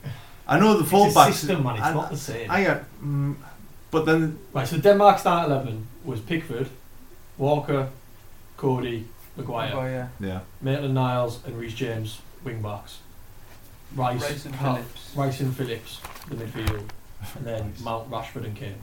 [SPEAKER 4] I know the
[SPEAKER 6] it's a
[SPEAKER 4] fullbacks.
[SPEAKER 6] system, man. It's
[SPEAKER 4] I-
[SPEAKER 6] not the same.
[SPEAKER 4] I uh, mm, but then
[SPEAKER 6] right, so Denmark's start eleven was Pickford, Walker, Cody, Maguire.
[SPEAKER 5] Maguire,
[SPEAKER 4] yeah,
[SPEAKER 6] Maitland Niles and Reece James, wing backs. Rice,
[SPEAKER 5] Rice and
[SPEAKER 6] Hart-
[SPEAKER 5] Phillips
[SPEAKER 6] Rice and Phillips, the midfield. And then Mount Rashford and Kane.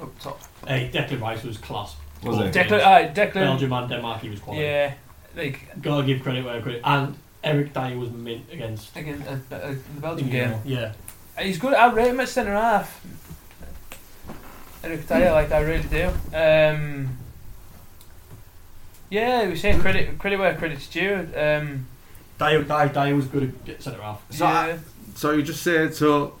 [SPEAKER 5] up top.
[SPEAKER 6] Hey, Declan Rice was class.
[SPEAKER 4] Was he?
[SPEAKER 5] Declan, uh, Declan,
[SPEAKER 6] Belgium and Denmark, he was quality.
[SPEAKER 5] yeah, like
[SPEAKER 6] Gotta give credit where credit. And Eric Dyer was mint against
[SPEAKER 5] again uh, uh, the Belgium game.
[SPEAKER 6] Yeah.
[SPEAKER 5] Uh, He's good. I rate him at centre half. Eric Dyer, like I really do. Um, yeah, we say credit credit where credit's due. Um,
[SPEAKER 6] Dyer, Dyer, Dyer was good at centre half.
[SPEAKER 4] So I-
[SPEAKER 5] yeah,
[SPEAKER 4] so you just said so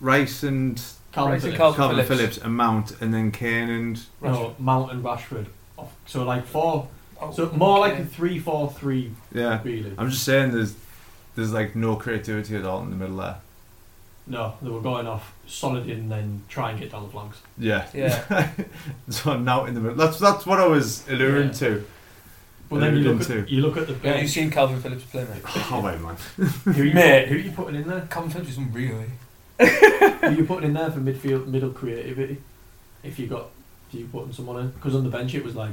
[SPEAKER 4] Rice and
[SPEAKER 6] Calvin
[SPEAKER 5] Rice and
[SPEAKER 6] Phillips.
[SPEAKER 5] Calvin
[SPEAKER 4] Calvin Phillips.
[SPEAKER 5] Phillips.
[SPEAKER 4] and Mount, and then Kane and
[SPEAKER 6] no, Mount and Rashford. off. So like four.
[SPEAKER 5] oh,
[SPEAKER 6] So more like
[SPEAKER 5] okay.
[SPEAKER 6] a three-four-three,
[SPEAKER 4] yeah.
[SPEAKER 6] really.
[SPEAKER 4] I'm just saying there's there's like no creativity at all in the middle there.
[SPEAKER 6] No, they were going off solid in, then try and get down the flanks.
[SPEAKER 4] Yeah.
[SPEAKER 5] Yeah.
[SPEAKER 4] so now in the middle. That's that's what I was alluding
[SPEAKER 5] Yeah.
[SPEAKER 4] to.
[SPEAKER 6] But then
[SPEAKER 4] They
[SPEAKER 6] you
[SPEAKER 4] didn't
[SPEAKER 6] look, at,
[SPEAKER 4] too.
[SPEAKER 6] you look at the
[SPEAKER 5] Yeah, you've
[SPEAKER 6] bench.
[SPEAKER 5] seen Calvin Phillips play, mate.
[SPEAKER 4] Oh wait, man.
[SPEAKER 6] who, you,
[SPEAKER 5] Mate.
[SPEAKER 6] who are you putting in there?
[SPEAKER 5] Calvin Phillips eh? is unreal.
[SPEAKER 6] who are you putting in there for midfield middle creativity? If you got, do you putting someone in? Because on the bench it was like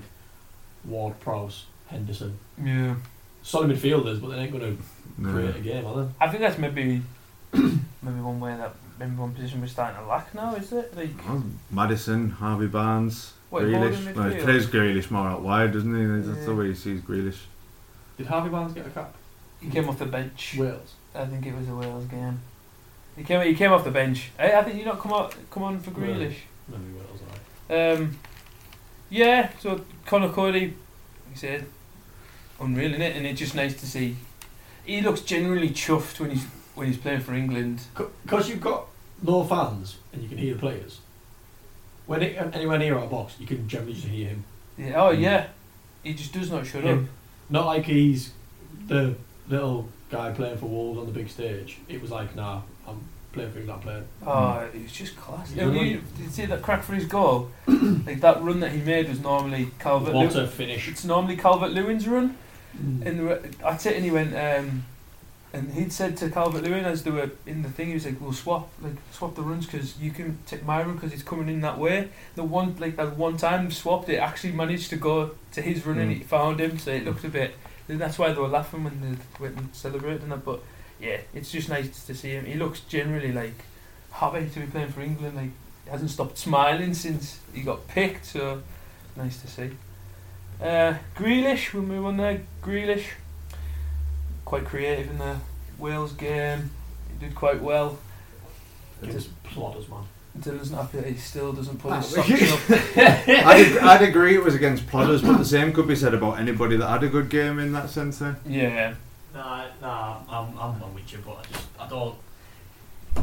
[SPEAKER 6] Ward, Prowse, Henderson,
[SPEAKER 5] Yeah.
[SPEAKER 6] solid midfielders, but they ain't going to create a game, are they?
[SPEAKER 5] I think that's maybe maybe one way that maybe one position we're starting to lack now, is it? Like,
[SPEAKER 4] Well, Oh, Madison, Harvey Barnes,
[SPEAKER 5] What, more than
[SPEAKER 4] Grealish. No,
[SPEAKER 5] midfield?
[SPEAKER 4] he plays Grealish more out wide, doesn't he? That's the
[SPEAKER 5] Yeah.
[SPEAKER 4] way he sees Grealish.
[SPEAKER 6] Did Harvey Barnes get a cap?
[SPEAKER 5] he came off the bench.
[SPEAKER 6] Wales.
[SPEAKER 5] I think it was a Wales game. He came he came off the bench. Eh, I, I think you not come out come on for
[SPEAKER 6] Really?
[SPEAKER 5] Grealish.
[SPEAKER 6] Maybe Wales. Right.
[SPEAKER 5] Um, yeah, so Connor Cody, like I said, unreal in it, and it's just nice to see. He looks generally chuffed when he's when he's playing for England.
[SPEAKER 6] Because you've got no fans and you can hear the players. When it, anywhere near our box, you can generally just hear him.
[SPEAKER 5] Yeah,
[SPEAKER 6] Mm.
[SPEAKER 5] oh yeah, he just does not shut up.
[SPEAKER 6] Him. Not like he's the little guy playing for Wolves on the big stage. It was like, nah, I'm playing for England, I'm playing. Mm.
[SPEAKER 5] Oh, it was just class.
[SPEAKER 6] Yeah.
[SPEAKER 5] Have you, did you see that crack for his goal? like that run that he made was normally Calvert.
[SPEAKER 6] What a finish.
[SPEAKER 5] It's normally Calvert Lewin's run.
[SPEAKER 6] Mm.
[SPEAKER 5] And they were, at it, and he went, um, and he'd said to Calvert Lewin as they were in the thing, he was like, "We'll swap, like swap the runs because you can take my run because it's coming in that way." The one, like that one time swapped, it actually managed to go to his run and
[SPEAKER 4] Mm.
[SPEAKER 5] it found him, so it looked a bit. And that's why they were laughing when they went and celebrating that. But yeah, it's just nice to see him. He looks generally like happy to be playing for England. Like he hasn't stopped smiling since he got picked. So nice to see. Uh, Grealish, we'll move on there. Grealish, quite creative in the Wales game. He did quite well.
[SPEAKER 6] Just plodders, man.
[SPEAKER 5] Dylan's not happy that he still doesn't put his
[SPEAKER 4] Ah,
[SPEAKER 5] socks up.
[SPEAKER 4] I'd, ag- I'd agree it was against plodders, but the same could be said about anybody that had a good game in that sense. There.
[SPEAKER 5] Yeah.
[SPEAKER 6] Nah, nah, I'm, I'm not with you, but I just, I don't.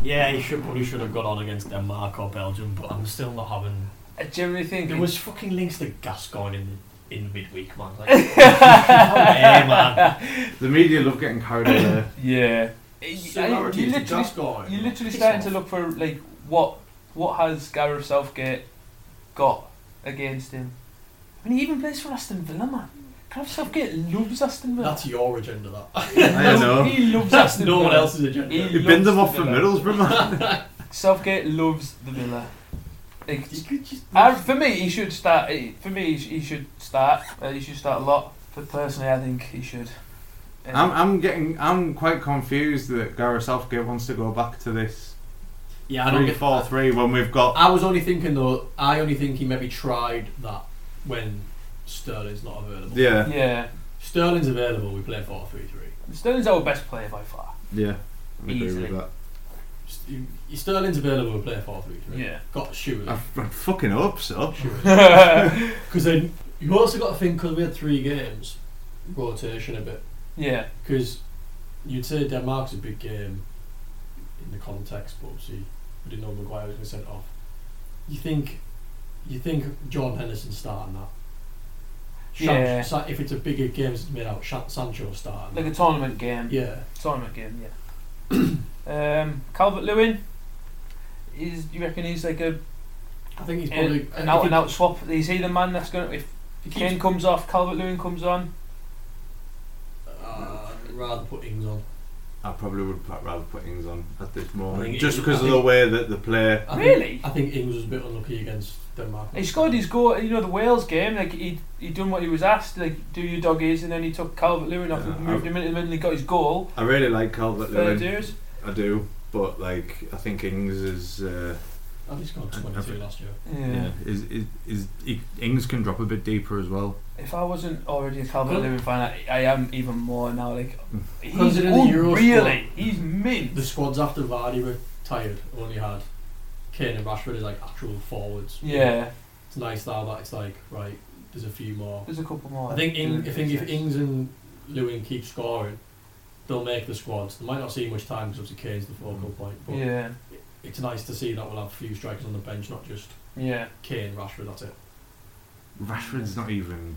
[SPEAKER 6] Yeah, he should probably should have got on against Denmark or Belgium, but I'm still not having.
[SPEAKER 5] I generally think
[SPEAKER 6] There
[SPEAKER 5] it
[SPEAKER 6] was fucking links to Gascoigne in the, in midweek, man. Like, hey, man.
[SPEAKER 4] The media love getting carried away. there.
[SPEAKER 5] Yeah. You, I- you literally, you literally starting to look for like what what has Gareth Southgate got against him? I mean, he even plays for Aston Villa, man. Gareth Southgate loves Aston Villa.
[SPEAKER 6] That's your agenda, that.
[SPEAKER 4] I know.
[SPEAKER 5] He loves
[SPEAKER 6] That's
[SPEAKER 5] Aston
[SPEAKER 6] no
[SPEAKER 5] Villa.
[SPEAKER 6] one else's agenda.
[SPEAKER 5] He
[SPEAKER 4] You binned them
[SPEAKER 5] loves
[SPEAKER 4] off
[SPEAKER 5] the
[SPEAKER 4] from
[SPEAKER 5] Villa.
[SPEAKER 4] Middlesbrough, man.
[SPEAKER 5] Southgate loves the Villa. Like,
[SPEAKER 6] You could just.
[SPEAKER 5] I, for me, he should start. he- For me, he sh- he should start. Uh, he should start a lot. But personally, I think he should. Uh,
[SPEAKER 4] I'm, I'm getting, I'm quite confused that Gareth Southgate wants to go back to this
[SPEAKER 6] yeah, I don't
[SPEAKER 4] three
[SPEAKER 6] get.
[SPEAKER 4] four three when we've got.
[SPEAKER 6] I was only thinking though. I only think he maybe tried that when Sterling's not available.
[SPEAKER 4] Yeah,
[SPEAKER 5] yeah,
[SPEAKER 6] Sterling's available. We play four three three.
[SPEAKER 5] Sterling's our best player by far.
[SPEAKER 4] yeah. I agree
[SPEAKER 5] Easily.
[SPEAKER 4] with that.
[SPEAKER 6] St- Sterling's available. We play four three three.
[SPEAKER 5] Yeah.
[SPEAKER 6] Got Shearer.
[SPEAKER 4] I, I fucking hope so.
[SPEAKER 6] Because then you also got to think because we had three games rotation a bit.
[SPEAKER 5] yeah,
[SPEAKER 6] Because you'd say Denmark's a big game in the context, but obviously we didn't know Maguire was going to sent off. You think, you think John Henderson starting that? Shan-
[SPEAKER 5] Yeah.
[SPEAKER 6] Sa- if it's a bigger game, it's made out. Shan- Sancho starting.
[SPEAKER 5] like
[SPEAKER 6] that.
[SPEAKER 5] a tournament game.
[SPEAKER 6] yeah.
[SPEAKER 5] Tournament game. Yeah. um, Calvert Lewin. Is you reckon he's like a
[SPEAKER 6] I think he's probably
[SPEAKER 5] an,
[SPEAKER 6] I
[SPEAKER 5] an
[SPEAKER 6] think
[SPEAKER 5] out
[SPEAKER 6] he-
[SPEAKER 5] and out swap? Is he the man that's going to if
[SPEAKER 6] he keeps-
[SPEAKER 5] Kane comes off, Calvert Lewin comes on?
[SPEAKER 6] Uh, I'd rather put Ings on.
[SPEAKER 4] I probably would put- rather put Ings on at this
[SPEAKER 6] I
[SPEAKER 4] moment,
[SPEAKER 6] think
[SPEAKER 4] just
[SPEAKER 6] it-
[SPEAKER 4] because
[SPEAKER 6] I
[SPEAKER 4] of the
[SPEAKER 6] think-
[SPEAKER 4] way that the play.
[SPEAKER 6] I
[SPEAKER 5] Really?
[SPEAKER 6] Think, I think Ings was a bit unlucky against Denmark.
[SPEAKER 5] He scored his goal, you know, the Wales game. Like he he done what he was asked, like do your doggies, and then he took Calvert Lewin off,
[SPEAKER 4] Yeah,
[SPEAKER 5] and moved
[SPEAKER 4] I've-
[SPEAKER 5] him into the middle, and he got his goal.
[SPEAKER 4] I really like Calvert
[SPEAKER 5] Fair
[SPEAKER 4] Lewin.
[SPEAKER 5] dues.
[SPEAKER 4] I do, but like I think Ings is. Uh,
[SPEAKER 6] I think Oh, he scored
[SPEAKER 4] I- I
[SPEAKER 6] 22
[SPEAKER 4] think-
[SPEAKER 6] last year.
[SPEAKER 5] Yeah.
[SPEAKER 4] yeah, is is, is he, Ings can drop a bit deeper as well.
[SPEAKER 5] If I wasn't already a Calvert
[SPEAKER 6] Good.
[SPEAKER 5] Lewin fan, I, I am even more now. Like he's
[SPEAKER 6] Considering the Euro
[SPEAKER 5] really, he's mint.
[SPEAKER 6] The squads after Vardy were tired, only had Kane and Rashford as like actual forwards.
[SPEAKER 5] Yeah,
[SPEAKER 6] It's nice now that it's like, right, there's a few more.
[SPEAKER 5] there's a couple more.
[SPEAKER 6] I think Ing, I think if
[SPEAKER 5] Yes.
[SPEAKER 6] Ings and Lewin keep scoring, they'll make the squads. They might not see much time because obviously Kane's the focal point, but
[SPEAKER 5] yeah,
[SPEAKER 6] it's nice to see that we'll have a few strikers on the bench, not just
[SPEAKER 5] yeah,
[SPEAKER 6] Kane, Rashford, that's it.
[SPEAKER 4] Rashford's not even.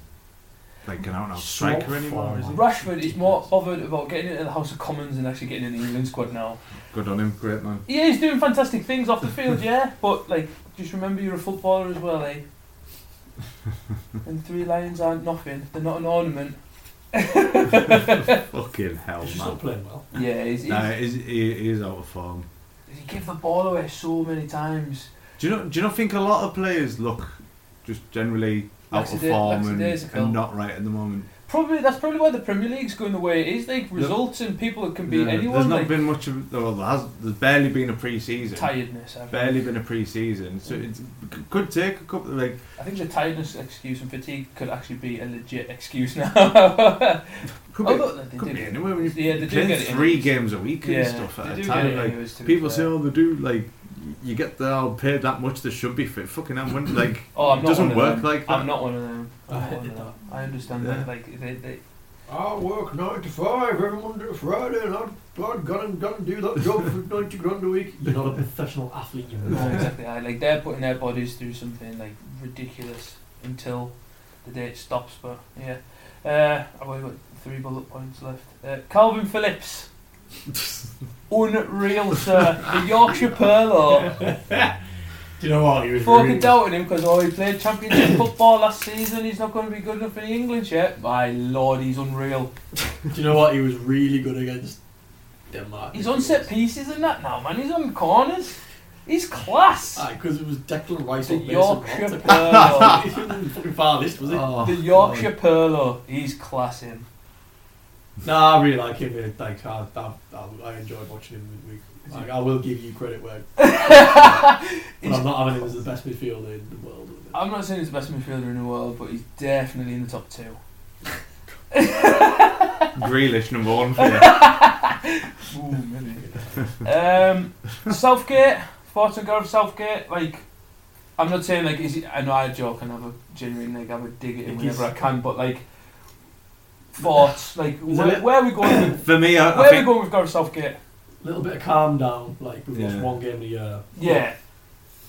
[SPEAKER 4] like an out and out
[SPEAKER 6] Small
[SPEAKER 4] striker anymore, is he?
[SPEAKER 5] Rashford is more bothered about getting into the House of Commons and actually getting in the England squad now.
[SPEAKER 4] Good on him, great man.
[SPEAKER 5] Yeah, he's doing fantastic things off the field, yeah, but like, just remember you're a footballer as well, eh? and three lions aren't nothing. They're not an ornament.
[SPEAKER 4] Fucking hell,
[SPEAKER 6] He's just not
[SPEAKER 4] man.
[SPEAKER 6] playing well.
[SPEAKER 5] Yeah, he's, he's,
[SPEAKER 4] Nah, he's, he, he is out of form.
[SPEAKER 5] he gave the ball away so many times.
[SPEAKER 4] Do you not? Do you not think a lot of players look just generally out of
[SPEAKER 5] Lackada-
[SPEAKER 4] form and,
[SPEAKER 5] lackadaisical.
[SPEAKER 4] and not right at the moment?
[SPEAKER 5] Probably that's probably why the Premier League's going the way it is. Like results and people can beat
[SPEAKER 4] Yeah,
[SPEAKER 5] anyone.
[SPEAKER 4] There's not
[SPEAKER 5] like,
[SPEAKER 4] been much of. Well, there has, there's barely been a pre-season.
[SPEAKER 5] tiredness. I think.
[SPEAKER 4] Barely been a pre-season, so
[SPEAKER 5] Mm.
[SPEAKER 4] it could take a couple. Like
[SPEAKER 5] I think the tiredness excuse and fatigue could actually be a legit excuse now.
[SPEAKER 4] could be,
[SPEAKER 5] Although they
[SPEAKER 4] could
[SPEAKER 5] do
[SPEAKER 4] be
[SPEAKER 5] get-
[SPEAKER 4] anywhere. When you
[SPEAKER 5] yeah, they do
[SPEAKER 4] playing
[SPEAKER 5] get it in
[SPEAKER 4] three
[SPEAKER 5] it.
[SPEAKER 4] games a week and
[SPEAKER 5] yeah,
[SPEAKER 4] stuff
[SPEAKER 5] they
[SPEAKER 4] at
[SPEAKER 5] do
[SPEAKER 4] a
[SPEAKER 5] get
[SPEAKER 4] time.
[SPEAKER 5] it
[SPEAKER 4] Like
[SPEAKER 5] anyways, to be
[SPEAKER 4] people
[SPEAKER 5] fair.
[SPEAKER 4] say, oh, they do like. You get they all paid that much. They should be fit. Fucking hell, when, like
[SPEAKER 5] Oh, I'm
[SPEAKER 4] it
[SPEAKER 5] not
[SPEAKER 4] doesn't
[SPEAKER 5] one of
[SPEAKER 4] work
[SPEAKER 5] them.
[SPEAKER 4] like that.
[SPEAKER 5] I'm not one of them. I'm not
[SPEAKER 6] I
[SPEAKER 5] one of
[SPEAKER 6] hate
[SPEAKER 5] them. I understand
[SPEAKER 4] Yeah.
[SPEAKER 5] that. Like they, they,
[SPEAKER 6] I work nine to five every Monday to Friday, and I've, I've gone and done do that job for ninety grand a week. You're not a professional athlete, you
[SPEAKER 5] no,
[SPEAKER 6] know.
[SPEAKER 5] exactly. I, like they're putting their bodies through something like ridiculous until the day it stops. But yeah, uh, I've only got three bullet points left. Uh, Calvin Phillips, unreal, sir. The Yorkshire Perlo.
[SPEAKER 6] Do you know what? He was
[SPEAKER 5] Fucking
[SPEAKER 6] really-
[SPEAKER 5] doubting him because oh, he played Championship football last season. He's not going to be good enough in the England yet. My lord, he's unreal.
[SPEAKER 6] Do you know what? He was really good against Denmark.
[SPEAKER 5] He's on set pieces and that now, man. He's on corners. He's class.
[SPEAKER 6] because Ah, it was Declan Rice
[SPEAKER 5] The
[SPEAKER 6] on
[SPEAKER 5] Yorkshire
[SPEAKER 6] Mason
[SPEAKER 5] Perlo.
[SPEAKER 6] Mount. Fucking far list was it?
[SPEAKER 4] Oh,
[SPEAKER 5] The
[SPEAKER 4] God.
[SPEAKER 5] Yorkshire Perlo, he's class him.
[SPEAKER 6] Nah, I really like him. eh, Like, I, I, I enjoyed watching him this week. Like, I will give you credit where. but I'm not having him as the best midfielder in the world. at the minute.
[SPEAKER 5] I'm not saying he's the best midfielder in the world, but he's definitely in the top two.
[SPEAKER 4] Grealish number one for you.
[SPEAKER 5] Ooh, maybe. um, Southgate, Fortune Girl of Southgate, like. I'm not saying like is he, I know I joke and have a genuine like have a dig at him
[SPEAKER 6] Like, he's-
[SPEAKER 5] whenever I can, but like thoughts like
[SPEAKER 6] There's a
[SPEAKER 5] where,
[SPEAKER 6] li-
[SPEAKER 5] where are we going? With,
[SPEAKER 4] for me, I,
[SPEAKER 5] where
[SPEAKER 4] I
[SPEAKER 5] are we
[SPEAKER 4] think
[SPEAKER 5] going with Gareth Southgate?
[SPEAKER 6] little bit of calm down. Like we've
[SPEAKER 4] Yeah.
[SPEAKER 6] lost one game a year.
[SPEAKER 5] Yeah,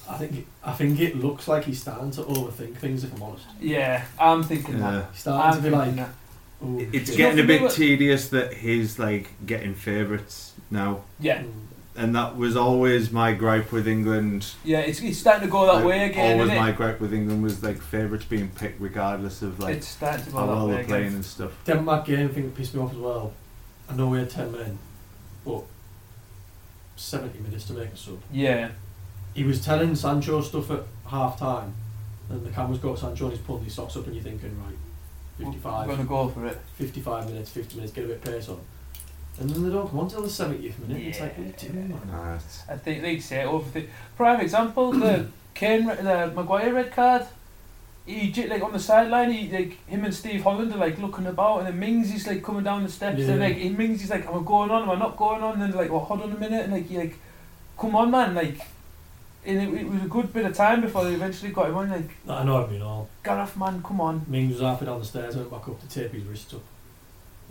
[SPEAKER 6] I think I think it looks like he's starting to overthink things. If I'm honest,
[SPEAKER 5] yeah, I'm thinking
[SPEAKER 4] yeah.
[SPEAKER 5] that.
[SPEAKER 6] he's
[SPEAKER 5] Uh, I'm
[SPEAKER 6] starting to be
[SPEAKER 5] thinking
[SPEAKER 6] like,
[SPEAKER 5] that.
[SPEAKER 6] oh, shit.
[SPEAKER 4] It's
[SPEAKER 5] get-
[SPEAKER 4] getting a bit
[SPEAKER 5] What-
[SPEAKER 4] tedious that he's like getting favourites now,
[SPEAKER 5] Yeah,
[SPEAKER 6] Mm.
[SPEAKER 4] and that was always my gripe with England.
[SPEAKER 5] yeah, it's, it's starting to go that
[SPEAKER 4] Like,
[SPEAKER 5] way again,
[SPEAKER 4] always
[SPEAKER 5] isn't
[SPEAKER 4] my
[SPEAKER 5] it?
[SPEAKER 4] gripe with England was like favourites being picked regardless of like
[SPEAKER 5] It's starting to
[SPEAKER 4] how
[SPEAKER 5] go
[SPEAKER 4] well
[SPEAKER 5] that way
[SPEAKER 4] they're playing
[SPEAKER 5] again.
[SPEAKER 4] and stuff.
[SPEAKER 6] Denmark game thing pissed me off as well. I know we had ten men, but seventy minutes to make a sub.
[SPEAKER 5] Yeah,
[SPEAKER 6] He was telling Sancho stuff at half time, and the cameras got Sancho and he's pulling his socks up, and you're thinking, right,
[SPEAKER 5] We're going
[SPEAKER 6] 55,
[SPEAKER 5] to go for it.
[SPEAKER 6] 55 minutes, 50 minutes, get a bit of pace on. And then they don't come on till the 70th minute. It's like, what are you doing, man?
[SPEAKER 4] Nah, it's-
[SPEAKER 5] I think they say it over the prime example the Kane re- the Maguire red card. He j- like on the sideline. He like him and Steve Holland are like looking about, and then Mings is like coming down the steps, and
[SPEAKER 6] Yeah.
[SPEAKER 5] like he Mings is like, "Am I going on? Am I not going on?" And then they're like, "Well, hold on a minute," and like, you like, "Come on, man!" Like, and it, it was a good bit of time before they eventually got him on. Like,
[SPEAKER 6] That annoyed me and all.
[SPEAKER 5] "Get off, man! Come on!"
[SPEAKER 6] Mings was halfway down the stairs, went back up to tape his wrist up.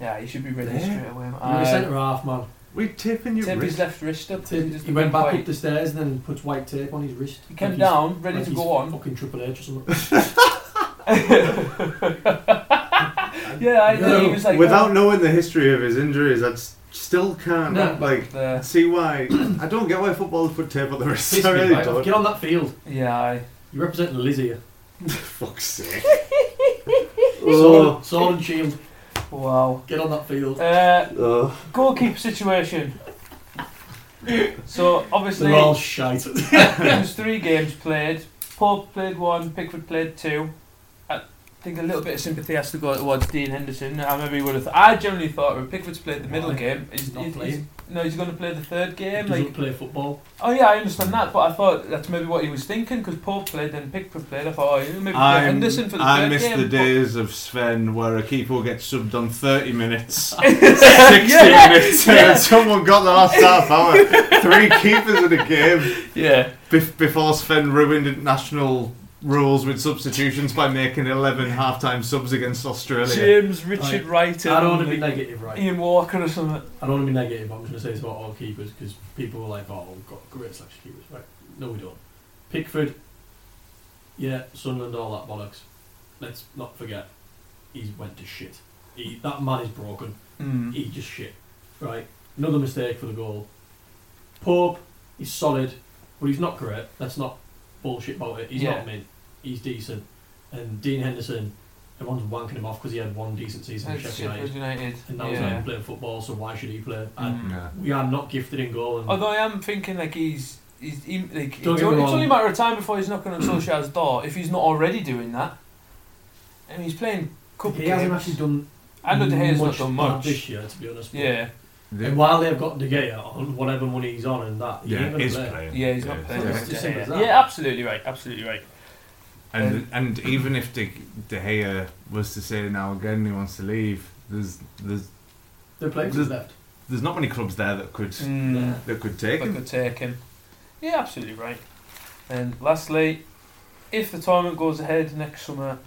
[SPEAKER 5] Yeah, he should be ready
[SPEAKER 4] Yeah.
[SPEAKER 5] straight away.
[SPEAKER 6] He was
[SPEAKER 5] Uh,
[SPEAKER 6] centre half, man.
[SPEAKER 4] we tipping your
[SPEAKER 5] tip his
[SPEAKER 4] wrist.
[SPEAKER 5] left wrist up. 'cause
[SPEAKER 6] Tape,
[SPEAKER 5] just
[SPEAKER 6] he went back
[SPEAKER 5] quite-
[SPEAKER 6] up the stairs and then puts white tape on his wrist.
[SPEAKER 5] He came
[SPEAKER 6] Like he's-
[SPEAKER 5] down, ready
[SPEAKER 6] like
[SPEAKER 5] to
[SPEAKER 6] he's
[SPEAKER 5] go on.
[SPEAKER 6] Fucking Triple H or something.
[SPEAKER 5] Yeah, I know. He was like, "Oh,
[SPEAKER 4] Without knowing the history of his injuries, I s- still can't
[SPEAKER 6] No.
[SPEAKER 4] like
[SPEAKER 5] The-
[SPEAKER 4] see why. I don't get why footballers put tape on the wrist.
[SPEAKER 6] Piss
[SPEAKER 4] I
[SPEAKER 6] me,
[SPEAKER 4] really
[SPEAKER 6] right?
[SPEAKER 4] don't.
[SPEAKER 6] Get on that field.
[SPEAKER 5] yeah, I,
[SPEAKER 6] You represent Liz here.
[SPEAKER 5] Oh.
[SPEAKER 4] Fuck's sake.
[SPEAKER 6] Sword, sword and shield.
[SPEAKER 5] wow.
[SPEAKER 6] Get on that field.
[SPEAKER 5] Uh,
[SPEAKER 4] Ugh.
[SPEAKER 5] goalkeeper situation. so obviously
[SPEAKER 6] They're all shite.
[SPEAKER 5] there's three games played. Pope played one. Pickford played two. I think a little bit of sympathy has to go towards Dean Henderson. I remember he would have. Th- I generally thought if Pickford's played the middle
[SPEAKER 6] Why?
[SPEAKER 5] game, he's,
[SPEAKER 6] He's not
[SPEAKER 5] he's, he's,
[SPEAKER 6] playing.
[SPEAKER 5] no, he's going to play the third game.
[SPEAKER 6] Doesn't
[SPEAKER 5] Like,
[SPEAKER 6] play football.
[SPEAKER 5] oh yeah, I understand that, but I thought that's maybe what he was thinking because Pope played, then Pickford played. I thought oh, maybe play
[SPEAKER 4] I'm-
[SPEAKER 5] Henderson for the
[SPEAKER 4] I
[SPEAKER 5] third
[SPEAKER 4] miss
[SPEAKER 5] game.
[SPEAKER 4] the
[SPEAKER 5] but-
[SPEAKER 4] days of Sven where a keeper gets subbed on 30 minutes, 60 minutes, and
[SPEAKER 5] yeah.
[SPEAKER 4] then someone got the last half hour. Three keepers in a game
[SPEAKER 5] Yeah.
[SPEAKER 4] bef- before Sven ruined international rules with substitutions by making 11 half-time subs against Australia.
[SPEAKER 5] James Richard Wright
[SPEAKER 6] I don't want to be
[SPEAKER 5] and
[SPEAKER 6] negative, right?
[SPEAKER 5] Ian Walker or something.
[SPEAKER 6] I don't want to be negative. I'm just going to say this about all keepers because people are like, oh, we've got great selection keepers. Right? No, we don't. Pickford, yeah, Sunderland, all that bollocks. Let's not forget. he's went to shit. He, that man is broken.
[SPEAKER 5] Hmm.
[SPEAKER 6] He just shit. Right. Another mistake for the goal. Pope, he's solid, but he's not great. Let's not bullshit about it. He's
[SPEAKER 5] Yeah.
[SPEAKER 6] not mint. He's decent. And Dean Henderson, everyone's wanking him off because he had one decent season for
[SPEAKER 5] That's
[SPEAKER 6] Sheffield
[SPEAKER 5] Sheffield
[SPEAKER 6] United.
[SPEAKER 5] United.
[SPEAKER 6] And now he's not
[SPEAKER 5] Yeah.
[SPEAKER 6] even playing football, so why should he play? And
[SPEAKER 5] Hmm.
[SPEAKER 6] we are not gifted in goal. And
[SPEAKER 5] Although I am thinking like he's. He's, he, like, it's,
[SPEAKER 6] Don't get me
[SPEAKER 5] only, it's
[SPEAKER 6] wrong.
[SPEAKER 5] only a matter of time before he's knocking on Solskjaer's door if he's not already doing that. And he's playing cup
[SPEAKER 6] he
[SPEAKER 5] games.
[SPEAKER 6] hasn't actually done.
[SPEAKER 5] I know De Gea's not
[SPEAKER 6] much
[SPEAKER 5] done much.
[SPEAKER 6] this year, to be honest. but-
[SPEAKER 5] Yeah,
[SPEAKER 6] And while they've got De Gea on whatever money he's on and that, he
[SPEAKER 4] yeah,
[SPEAKER 6] ain't gonna
[SPEAKER 4] is
[SPEAKER 6] play.
[SPEAKER 4] playing.
[SPEAKER 5] yeah, he's not playing.
[SPEAKER 6] So it's
[SPEAKER 5] with
[SPEAKER 6] as
[SPEAKER 5] De Gea.
[SPEAKER 6] simple as that.
[SPEAKER 5] Yeah, absolutely right, absolutely right.
[SPEAKER 4] And and even if De, De Gea was to say now again he wants to leave, there's there's
[SPEAKER 6] They're playing to
[SPEAKER 4] There's-
[SPEAKER 6] the left.
[SPEAKER 4] there's not many clubs there that could
[SPEAKER 5] Mm.
[SPEAKER 4] that could take
[SPEAKER 5] But
[SPEAKER 4] him.
[SPEAKER 5] could take him. Yeah, absolutely right. And lastly, if the tournament goes ahead next summer,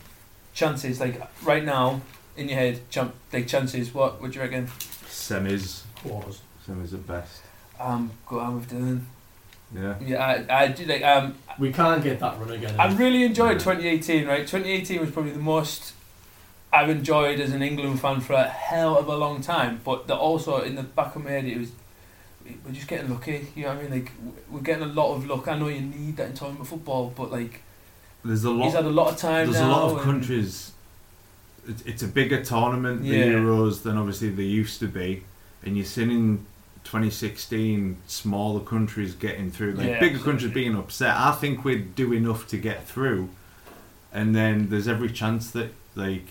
[SPEAKER 5] chances like right now in your head, champ, like chances. What would you reckon?
[SPEAKER 4] Semis,
[SPEAKER 6] Quarters.
[SPEAKER 4] semis at best.
[SPEAKER 5] Um, go on with Dylan.
[SPEAKER 4] Yeah,
[SPEAKER 5] Yeah, I, I do like. Um,
[SPEAKER 6] We can't get that run again.
[SPEAKER 5] I really enjoyed 2018. Right, 2018 was probably the most I've enjoyed as an England fan for a hell of a long time. But the, also in the back of my head, it was we- we're just getting lucky. You know what I mean? Like w- we're getting a lot of luck. I know you need that in tournament football, but like.
[SPEAKER 4] there's a lot.
[SPEAKER 5] He's had a lot of time
[SPEAKER 4] There's
[SPEAKER 5] now.
[SPEAKER 4] a lot of
[SPEAKER 5] and-
[SPEAKER 4] countries. It's, it's a bigger tournament, the
[SPEAKER 5] Yeah.
[SPEAKER 4] Euros, than obviously they used to be, and you're seeing in 2016 smaller countries getting through, like
[SPEAKER 5] Yeah,
[SPEAKER 4] bigger countries
[SPEAKER 5] absolutely.
[SPEAKER 4] being upset. I think we do enough to get through, and then there's every chance that like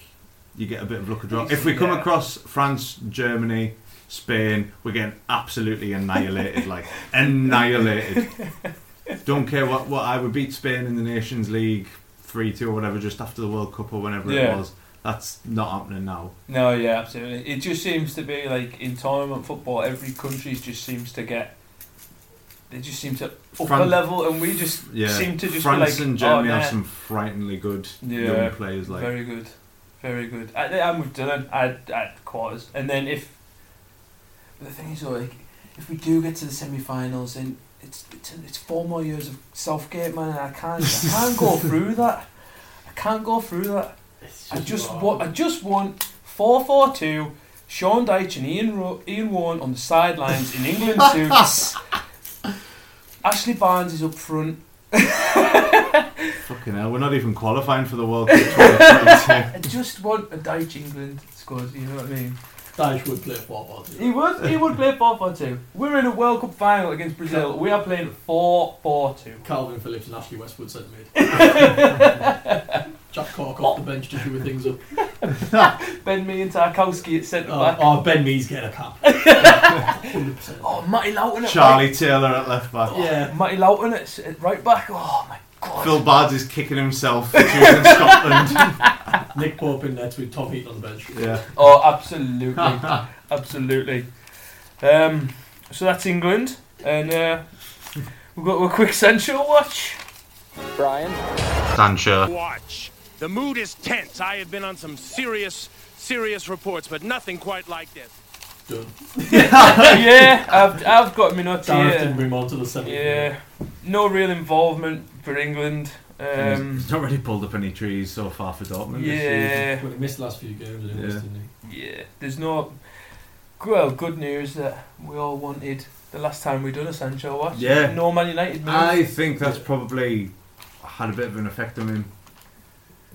[SPEAKER 4] you get a bit of luck or draw. If we come
[SPEAKER 5] Yeah.
[SPEAKER 4] across France, Germany. Spain, we're getting absolutely annihilated, like annihilated. Don't care what what I would beat Spain in the Nations League three two or whatever just after the World Cup or whenever
[SPEAKER 5] Yeah.
[SPEAKER 4] it was. That's not happening now.
[SPEAKER 5] No, yeah, absolutely. It just seems to be like in tournament football, every country just seems to get. They just seem to up a
[SPEAKER 4] Fran-
[SPEAKER 5] level, and we just
[SPEAKER 4] Yeah,
[SPEAKER 5] seem to just
[SPEAKER 4] France
[SPEAKER 5] be like,
[SPEAKER 4] and Germany
[SPEAKER 5] oh, nah,
[SPEAKER 4] have some frighteningly good
[SPEAKER 5] Yeah.
[SPEAKER 4] young players. Like
[SPEAKER 5] very good, very good. I, I'm with Dylan. I'd, I'd quarters, and then if. But the thing is, though, like, if we do get to the semi-finals, then it's it's, it's four more years of Southgate, man, and I can't I can't go through that. I can't go through that. I just want, I just want four four two, Sean Dyche and Ian Ro- Ian Warren on the sidelines in England suits. Ashley Barnes is up front.
[SPEAKER 4] fucking hell, we're not even qualifying for the World Cup. 2022.
[SPEAKER 5] I just want a Dyche England squad. You know what I mean?
[SPEAKER 6] Daesh would play football. didn't
[SPEAKER 5] He would, he would play four four two. We're in a World Cup final against Brazil. We are playing four four two.
[SPEAKER 6] Calvin Phillips and Ashley Westwood sent mid. Jack Cork off the bench to shoot things up.
[SPEAKER 5] Ben me and Tarkowski at centre
[SPEAKER 6] Oh,
[SPEAKER 5] back. Oh,
[SPEAKER 6] oh, Ben Mee's getting a cap. 100%.
[SPEAKER 5] Matty Loughton at
[SPEAKER 4] Charlie Taylor at left back.
[SPEAKER 5] Right,
[SPEAKER 6] Yeah.
[SPEAKER 5] Matty Loughton at s- at right back. Oh my god.
[SPEAKER 4] Phil Bards is kicking himself. for choosing Scotland.
[SPEAKER 6] Nick Pope in there with Tom Heaton on the bench.
[SPEAKER 4] Yeah.
[SPEAKER 5] Oh, absolutely, absolutely. Um, so that's England, and uh, we've got a quick sensual watch.
[SPEAKER 7] Watch. The mood is tense. I have been on some serious, serious reports, but nothing quite like this.
[SPEAKER 6] Done.
[SPEAKER 5] yeah, I've I've got me notes
[SPEAKER 6] Darren didn't
[SPEAKER 5] here.
[SPEAKER 6] bring him on to the semi.
[SPEAKER 5] Yeah, no real involvement for England. Um,
[SPEAKER 4] He's not really pulled up any trees so far for Dortmund. this season.
[SPEAKER 5] yeah,
[SPEAKER 6] Well, he missed the last few games, didn't he,
[SPEAKER 4] Yeah.
[SPEAKER 6] didn't he?
[SPEAKER 5] yeah. There's no well good news that we all wanted the last time we done a sensual watch.
[SPEAKER 4] Yeah.
[SPEAKER 5] no Man United. Move.
[SPEAKER 4] I think that's probably had a bit of an effect on him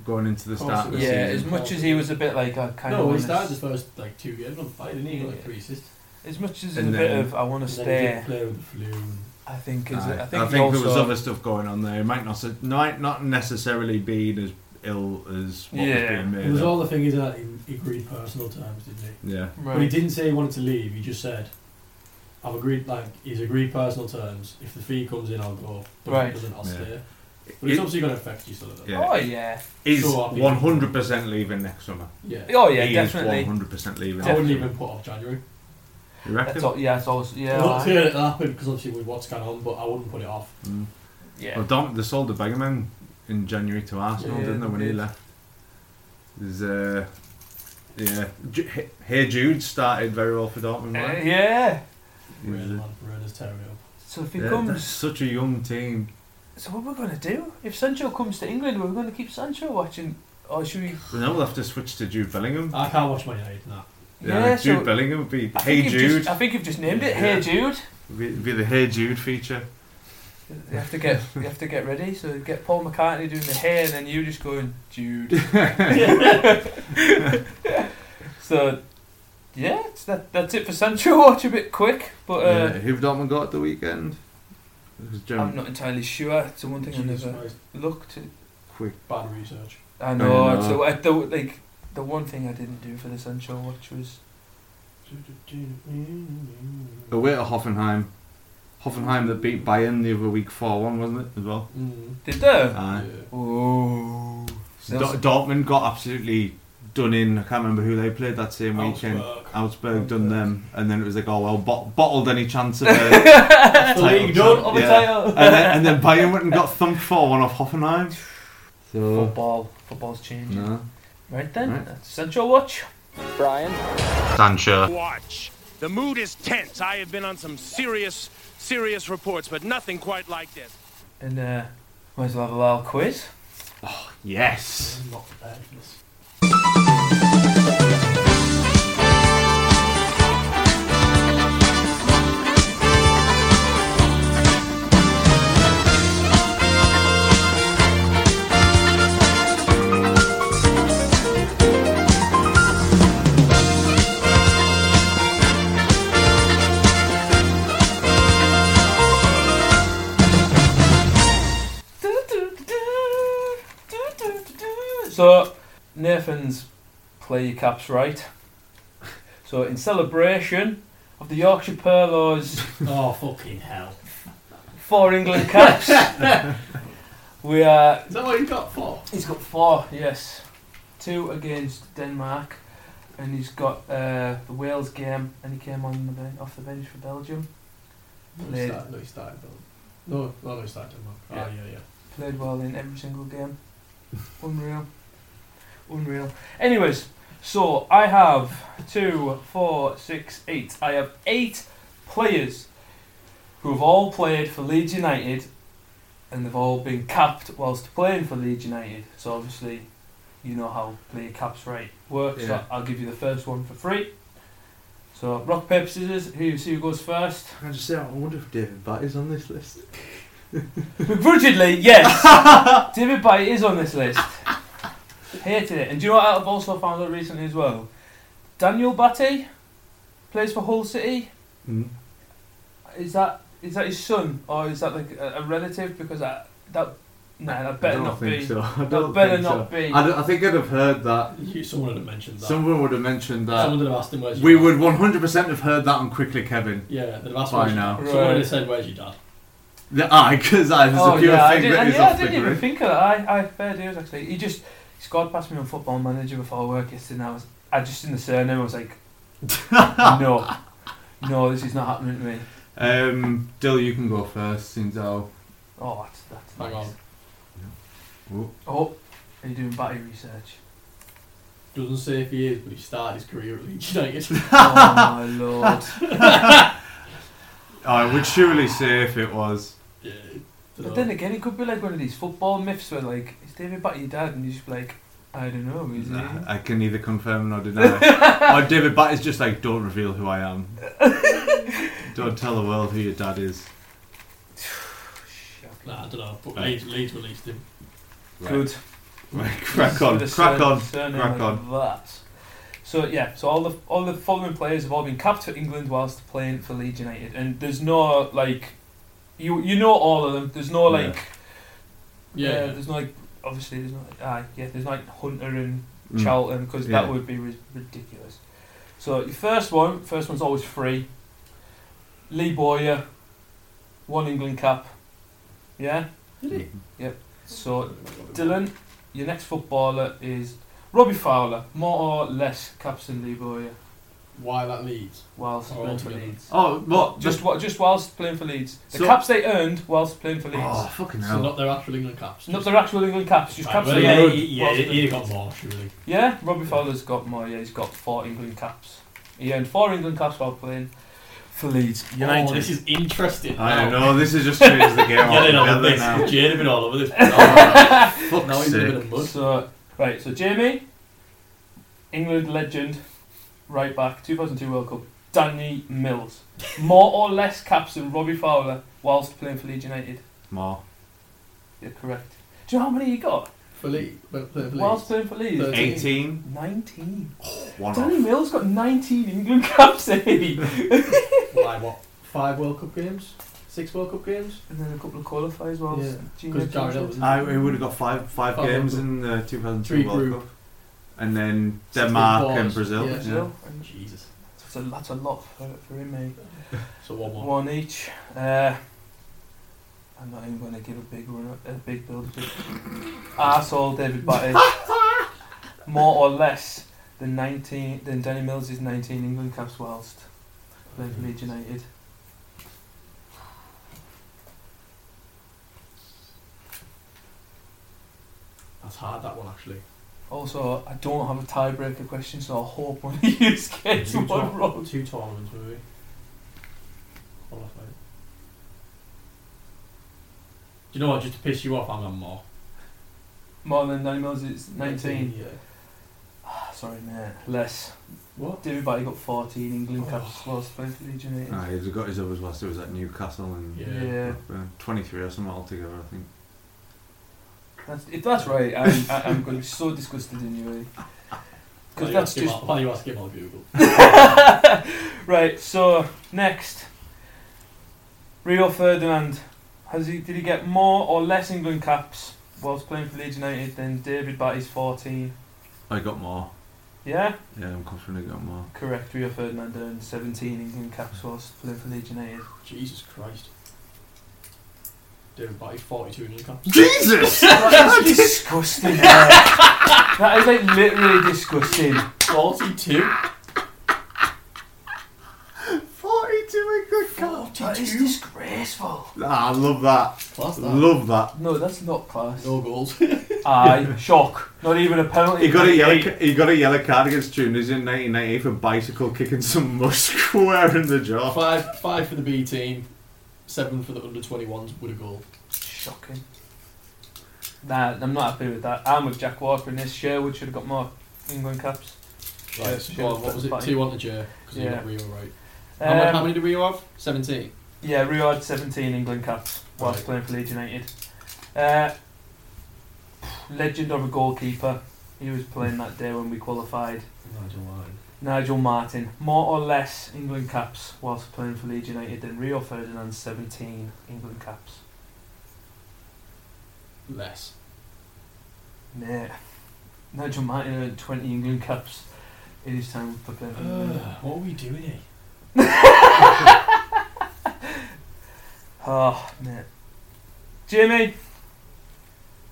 [SPEAKER 4] going into the start of the
[SPEAKER 5] yeah,
[SPEAKER 4] season.
[SPEAKER 5] as much as he was a bit like I kind
[SPEAKER 6] No,
[SPEAKER 5] of
[SPEAKER 6] he started his first like two games on fire, didn't he? He got, Like three assists.
[SPEAKER 5] as much as
[SPEAKER 4] And
[SPEAKER 5] a bit
[SPEAKER 4] then-
[SPEAKER 5] of I want to
[SPEAKER 6] And then he
[SPEAKER 5] stay.
[SPEAKER 6] did play with the flu. and-
[SPEAKER 5] I think is
[SPEAKER 4] Aye.
[SPEAKER 5] I think,
[SPEAKER 4] I
[SPEAKER 5] he
[SPEAKER 4] think
[SPEAKER 5] also,
[SPEAKER 4] there was other stuff going on there. It might not se- might not necessarily been as ill as what
[SPEAKER 5] Yeah.
[SPEAKER 4] was being made.
[SPEAKER 6] It was
[SPEAKER 4] out.
[SPEAKER 6] all the thing is that he, he agreed personal terms, didn't he?
[SPEAKER 4] yeah.
[SPEAKER 5] right.
[SPEAKER 6] But he didn't say he wanted to leave. He just said, "I've agreed. Like he's agreed personal terms. If the fee comes in, I'll go. But if
[SPEAKER 5] Right.
[SPEAKER 6] it doesn't, I'll
[SPEAKER 4] Yeah.
[SPEAKER 6] stay." But it's
[SPEAKER 4] He-
[SPEAKER 6] obviously going to affect you still. At that.
[SPEAKER 4] Yeah.
[SPEAKER 5] Oh yeah.
[SPEAKER 4] He's
[SPEAKER 6] So happy.
[SPEAKER 4] one hundred percent leaving next summer.
[SPEAKER 6] yeah.
[SPEAKER 5] Oh yeah,
[SPEAKER 4] he is
[SPEAKER 5] definitely.
[SPEAKER 4] one hundred percent leaving.
[SPEAKER 6] I wouldn't
[SPEAKER 4] next summer.
[SPEAKER 6] even put off January.
[SPEAKER 4] You reckon?
[SPEAKER 5] That's all, yeah, that's also yeah.
[SPEAKER 6] I'm not
[SPEAKER 5] alright.
[SPEAKER 6] saying it happened because obviously with what's going on, but I wouldn't put it off.
[SPEAKER 4] Mm.
[SPEAKER 5] yeah.
[SPEAKER 4] Well, Dom, they sold the Begaman in January to Arsenal,
[SPEAKER 5] Yeah,
[SPEAKER 4] didn't they? When
[SPEAKER 5] they
[SPEAKER 4] he
[SPEAKER 5] did.
[SPEAKER 4] left, there's uh, yeah. Ju- Hey- Hey Jude started very well for Dortmund.
[SPEAKER 5] Uh,
[SPEAKER 4] right?
[SPEAKER 5] yeah.
[SPEAKER 4] He was
[SPEAKER 6] Real
[SPEAKER 4] a-
[SPEAKER 6] man, Pereira's tearing it up.
[SPEAKER 5] So if he
[SPEAKER 4] yeah, that's
[SPEAKER 5] comes,
[SPEAKER 4] such a young team.
[SPEAKER 5] so what we're gonna do if Sancho comes to England? We're gonna keep Sancho watching Oh, should we?
[SPEAKER 4] But now we'll have to switch to Jude Bellingham.
[SPEAKER 6] I can't watch Man United now.
[SPEAKER 4] Yeah,
[SPEAKER 5] Yeah,
[SPEAKER 4] Jude
[SPEAKER 5] so-
[SPEAKER 4] Bellingham would be
[SPEAKER 5] I think
[SPEAKER 4] Hey
[SPEAKER 5] you've
[SPEAKER 4] Jude.
[SPEAKER 5] Just, I think you've just named it.
[SPEAKER 4] Yeah.
[SPEAKER 5] Hey Jude.
[SPEAKER 4] Would be, would be the Hey Jude feature.
[SPEAKER 5] You have to get you have to get ready. So get Paul McCartney doing the hair, and then you just going Jude. so yeah, it's that, that's it for Sancho. Watch a bit quick, but
[SPEAKER 4] yeah,
[SPEAKER 5] uh,
[SPEAKER 4] who've Dortmund got at the weekend? It was
[SPEAKER 5] I'm
[SPEAKER 4] German.
[SPEAKER 5] not entirely sure. It's the one thing I
[SPEAKER 6] Jesus
[SPEAKER 5] never
[SPEAKER 6] Christ,
[SPEAKER 5] looked. At.
[SPEAKER 4] Quick.
[SPEAKER 6] Bad research.
[SPEAKER 5] I
[SPEAKER 4] know.
[SPEAKER 5] know. it's the, I, the like the one thing I didn't do for the Sancho watch was
[SPEAKER 4] Away to Hoffenheim. Hoffenheim that beat Bayern the other week 4 1, wasn't it, as well?
[SPEAKER 6] Mm.
[SPEAKER 5] did there.
[SPEAKER 4] Aye.
[SPEAKER 6] Yeah.
[SPEAKER 5] Oh,
[SPEAKER 4] So Dor- Dortmund got absolutely done in. I can't remember who they played that same weekend.
[SPEAKER 6] Augsburg.
[SPEAKER 4] Augsburg done
[SPEAKER 6] Augsburg.
[SPEAKER 4] them, and then it was like, oh well, bot- bottled any chance of a
[SPEAKER 6] That's the
[SPEAKER 4] title
[SPEAKER 6] league
[SPEAKER 4] shot.
[SPEAKER 6] done.
[SPEAKER 5] of a
[SPEAKER 4] Yeah.
[SPEAKER 5] title.
[SPEAKER 4] and, then, and then Bayern went and got thumped 4 1 off Hoffenheim. So,
[SPEAKER 5] Football, football's changing.
[SPEAKER 4] no.
[SPEAKER 5] Right then,
[SPEAKER 4] Mm. Right.
[SPEAKER 5] that's Sancho watch.
[SPEAKER 8] Brian.
[SPEAKER 4] Sancho.
[SPEAKER 3] Watch. The mood is tense. I have been on some serious, serious reports, but nothing quite like this.
[SPEAKER 5] And uh, might as well have a little quiz.
[SPEAKER 4] Yes.
[SPEAKER 6] I'm not prepared for this.
[SPEAKER 5] So Nathan's play your caps right. So in celebration of the Yorkshire Perlows
[SPEAKER 6] Oh fucking hell!
[SPEAKER 5] four England caps, we are
[SPEAKER 6] Is that what you got for?
[SPEAKER 5] He's got four, yes. Two against Denmark, and he's got uh, the Wales game, and he came on the ben- off the bench for Belgium.
[SPEAKER 6] No,
[SPEAKER 5] Played.
[SPEAKER 6] he started. No, he started. Bill. No, no, no, he started. Denmark.
[SPEAKER 5] Yeah.
[SPEAKER 6] Ah, yeah, yeah.
[SPEAKER 5] Played well in every single game. Unreal. Unreal. Anyways, so I have two, four, six, eight. I have eight players who have all played for Leeds United and they've all been capped whilst playing for Leeds United. So obviously, you know how player caps rate works.
[SPEAKER 4] Yeah.
[SPEAKER 5] So I'll give you the first one for free. So rock, paper, scissors. Who see who goes first?
[SPEAKER 4] Can I just say, I wonder if David Batty's on this list.
[SPEAKER 5] Begrudgingly, yes. David Bay is on this list. Hated it. And do you know what I've also found out recently as well? Daniel Batty plays for Hull City.
[SPEAKER 4] Mm.
[SPEAKER 5] Is that is that his son or is that like a, a relative? Because I, that nah, that better
[SPEAKER 4] I don't
[SPEAKER 5] not
[SPEAKER 4] think
[SPEAKER 5] be.
[SPEAKER 4] So. I
[SPEAKER 5] That
[SPEAKER 4] don't
[SPEAKER 5] better
[SPEAKER 4] think
[SPEAKER 5] not
[SPEAKER 4] so.
[SPEAKER 5] be.
[SPEAKER 4] I, don't- I think I'd have heard that.
[SPEAKER 6] You, someone would have mentioned that.
[SPEAKER 4] Someone would have mentioned that.
[SPEAKER 6] Someone would have asked him where's your
[SPEAKER 4] we
[SPEAKER 6] dad.
[SPEAKER 4] would 100% have heard that on Quickly Kevin.
[SPEAKER 6] Yeah, they'd have asked
[SPEAKER 4] By
[SPEAKER 6] where's your
[SPEAKER 4] now.
[SPEAKER 6] dad. Someone would
[SPEAKER 5] Right.
[SPEAKER 6] have said where's your dad.
[SPEAKER 4] The eye, because that is
[SPEAKER 5] Oh
[SPEAKER 4] a pure
[SPEAKER 5] yeah, I
[SPEAKER 4] thing
[SPEAKER 5] didn't,
[SPEAKER 4] that
[SPEAKER 5] I,
[SPEAKER 4] is
[SPEAKER 5] yeah, I
[SPEAKER 4] off the
[SPEAKER 5] didn't even
[SPEAKER 4] grid.
[SPEAKER 5] think of that. I, I fair dues actually. He just he scored past me on Football Manager before work yesterday. And I was I just in the surname. I was like, no, no, this is not happening to me.
[SPEAKER 4] Um, Dill, you can go first, since I'll.
[SPEAKER 5] Oh, that's that's
[SPEAKER 6] Hang
[SPEAKER 5] nice.
[SPEAKER 6] on.
[SPEAKER 4] Oh,
[SPEAKER 5] Oh, are you doing battery research?
[SPEAKER 6] Doesn't say if he is, but he started his career at Leeds United.
[SPEAKER 5] oh my lord.
[SPEAKER 4] I would surely say if it was.
[SPEAKER 6] yeah.
[SPEAKER 5] But then again, it could be like one of these football myths where like, is David Batty your dad? And you just be like, I don't know, is he?
[SPEAKER 4] Nah, I can neither confirm nor deny. or David Batty's just like, don't reveal who I am. don't tell the world who your dad is.
[SPEAKER 5] Shocking.
[SPEAKER 6] Nah, I don't know. But
[SPEAKER 4] Right.
[SPEAKER 6] Leeds, Leeds released him.
[SPEAKER 5] Good.
[SPEAKER 4] Right, crack on,
[SPEAKER 5] With a
[SPEAKER 4] crack
[SPEAKER 5] sur-
[SPEAKER 6] uh,
[SPEAKER 4] on,
[SPEAKER 5] surname
[SPEAKER 4] crack
[SPEAKER 5] like
[SPEAKER 4] on.
[SPEAKER 5] That. So yeah, so all the all the following players have all been capped for England whilst playing for Leeds United, and there's no like, you you know all of them. There's no
[SPEAKER 4] Yeah.
[SPEAKER 5] like,
[SPEAKER 6] Yeah.
[SPEAKER 5] yeah, there's no like, obviously there's not. Ah, yeah, there's no, like Hunter and
[SPEAKER 4] Mm.
[SPEAKER 5] Charlton because
[SPEAKER 4] Yeah.
[SPEAKER 5] that would be ri- ridiculous. So your first one, first one's always free. Lee Boyer, one England cap. Yeah.
[SPEAKER 6] Did
[SPEAKER 4] Mm-hmm.
[SPEAKER 5] So Dylan, your next footballer is Robbie Fowler, more or less caps than Lee Boyer
[SPEAKER 6] Why that Leeds?
[SPEAKER 5] whilst
[SPEAKER 6] Oh,
[SPEAKER 5] playing for
[SPEAKER 6] yeah.
[SPEAKER 5] Leeds.
[SPEAKER 4] Oh, what?
[SPEAKER 5] Just what? Just whilst playing for Leeds, the
[SPEAKER 4] So-
[SPEAKER 5] caps they earned whilst playing for Leeds.
[SPEAKER 4] Oh, fucking
[SPEAKER 6] So
[SPEAKER 4] hell.
[SPEAKER 6] not their actual England caps.
[SPEAKER 5] Not
[SPEAKER 6] just-
[SPEAKER 5] their actual England caps, just
[SPEAKER 6] Right,
[SPEAKER 5] caps
[SPEAKER 6] well, Oh,
[SPEAKER 5] they
[SPEAKER 6] yeah,
[SPEAKER 5] earned.
[SPEAKER 6] yeah,
[SPEAKER 5] whilst
[SPEAKER 6] yeah,
[SPEAKER 5] playing
[SPEAKER 6] he
[SPEAKER 5] for
[SPEAKER 6] got
[SPEAKER 5] Leeds.
[SPEAKER 6] more surely.
[SPEAKER 5] Yeah, Robbie Fowler's got more. Yeah, he's got four England caps. He earned four England caps while playing for Leeds United.
[SPEAKER 6] Oh, this is interesting.
[SPEAKER 4] I don't
[SPEAKER 6] Now-
[SPEAKER 4] know, this has just changed the game
[SPEAKER 6] Get in on
[SPEAKER 4] altogether
[SPEAKER 6] this.
[SPEAKER 4] now.
[SPEAKER 6] Jane have been all over this. now
[SPEAKER 4] Fuck's
[SPEAKER 6] he's
[SPEAKER 4] sake.
[SPEAKER 6] living in mud.
[SPEAKER 5] so Right, so Jamie, England legend, right back, 2002 World Cup, Danny Mills. More or less caps than Robbie Fowler whilst playing for Leeds United.
[SPEAKER 4] More.
[SPEAKER 5] You're correct. Do you know how many he got
[SPEAKER 6] For Lee, but for Lee.
[SPEAKER 5] whilst playing for Leeds?
[SPEAKER 6] Thirteen.
[SPEAKER 4] 18.
[SPEAKER 5] 19.
[SPEAKER 4] One
[SPEAKER 5] Danny
[SPEAKER 4] off.
[SPEAKER 5] Mills got 19 England caps, eh?
[SPEAKER 6] Why, what? Five World Cup games? Six World Cup games?
[SPEAKER 5] And then a couple of qualifiers whilst
[SPEAKER 6] Yeah,
[SPEAKER 5] junior
[SPEAKER 6] Because Jared Elton.
[SPEAKER 5] championships.
[SPEAKER 4] I we would have got five five
[SPEAKER 6] Five
[SPEAKER 4] games
[SPEAKER 6] World
[SPEAKER 4] in the 2002
[SPEAKER 6] Three
[SPEAKER 4] World
[SPEAKER 6] group.
[SPEAKER 4] Cup, and then
[SPEAKER 6] Sixteen
[SPEAKER 4] Denmark and
[SPEAKER 6] fours,
[SPEAKER 4] Brazil.
[SPEAKER 6] yeah.
[SPEAKER 5] Brazil. And
[SPEAKER 6] Jesus.
[SPEAKER 5] that's, a, that's a lot for, for him, eh?
[SPEAKER 6] So one more.
[SPEAKER 5] One each. Uh, I'm not even going to give a big run, a big build. up. Arsehole David Batty. More or less than 19, than Danny Mills' 19 England caps whilst playing for Leeds United.
[SPEAKER 6] That's hard, that one, actually.
[SPEAKER 5] Also, I don't have a tiebreaker question, so I hope one of you gets
[SPEAKER 6] Two
[SPEAKER 5] one
[SPEAKER 6] tour-
[SPEAKER 5] wrong.
[SPEAKER 6] Two tournaments, were we? Qualified. Do you know what? Just to piss you off, I'm on more.
[SPEAKER 5] More than Danny Mills' 19.
[SPEAKER 6] Yeah.
[SPEAKER 5] Sorry, mate. Less.
[SPEAKER 6] What?
[SPEAKER 5] David Batty got 14 England caps whilst playing for Leeds United.
[SPEAKER 4] Ah, he's got his others whilst he was at Newcastle and
[SPEAKER 6] Yeah.
[SPEAKER 5] yeah.
[SPEAKER 4] Blackburn. 23 or something altogether, I think.
[SPEAKER 5] That's, if that's right, I'm, I- I'm going to be so disgusted in you. eh? 'Cause
[SPEAKER 6] Why you
[SPEAKER 5] that's
[SPEAKER 6] ask him
[SPEAKER 5] just-
[SPEAKER 6] on- Why you ask him on Google?
[SPEAKER 5] right, so next, Rio Ferdinand. Has he? Did he get more or less England caps whilst playing for Leeds United than David Batty's 14?
[SPEAKER 4] I got more.
[SPEAKER 5] Yeah,
[SPEAKER 4] Yeah, I'm confident I got more.
[SPEAKER 5] correct. Rio Ferdinand earned 17 England caps whilst playing for Leeds United.
[SPEAKER 6] Jesus Christ. David Batty, 42 England caps.
[SPEAKER 4] Jesus!
[SPEAKER 5] That's disgusting. eh? that is like literally disgusting.
[SPEAKER 6] 42?
[SPEAKER 4] 42 good
[SPEAKER 5] That is disgraceful.
[SPEAKER 4] Ah, I love that.
[SPEAKER 6] Class that.
[SPEAKER 4] Love that.
[SPEAKER 5] No, that's not class.
[SPEAKER 6] No goals.
[SPEAKER 5] Aye, Ah, shock. Not even a penalty.
[SPEAKER 4] He got a yellow.
[SPEAKER 5] Eight.
[SPEAKER 4] ca- He got a yellow card against Tunisia in 1998 for bicycle kicking some musk square in the jaw.
[SPEAKER 6] five, five for the B team, seven for the under 21s with a goal.
[SPEAKER 5] Shocking. Nah, I'm not happy with that. I'm with Jack Walker in this. Sherwood should have got more England caps.
[SPEAKER 6] Right,
[SPEAKER 5] Yeah,
[SPEAKER 6] so
[SPEAKER 5] sure,
[SPEAKER 6] go on, what was it?
[SPEAKER 5] that's fine.
[SPEAKER 6] 2 1 to Jer, because he
[SPEAKER 5] Yeah.
[SPEAKER 6] got Rio right.
[SPEAKER 5] Um,
[SPEAKER 6] how, many, how many did Rio have? 17.
[SPEAKER 5] Yeah, Rio had 17 England caps whilst
[SPEAKER 6] Right.
[SPEAKER 5] playing for Leeds United. Uh, legend of a goalkeeper. He was playing that day when we qualified.
[SPEAKER 6] Nigel Martin.
[SPEAKER 5] Nigel Martin, more or less England caps whilst playing for Leeds United than Rio Ferdinand's 17 England caps.
[SPEAKER 6] Less.
[SPEAKER 5] Mate, Nigel Martin earned 20 England caps in his time for playing for England.
[SPEAKER 6] what are we doing here?
[SPEAKER 5] Oh, mate. Jimmy,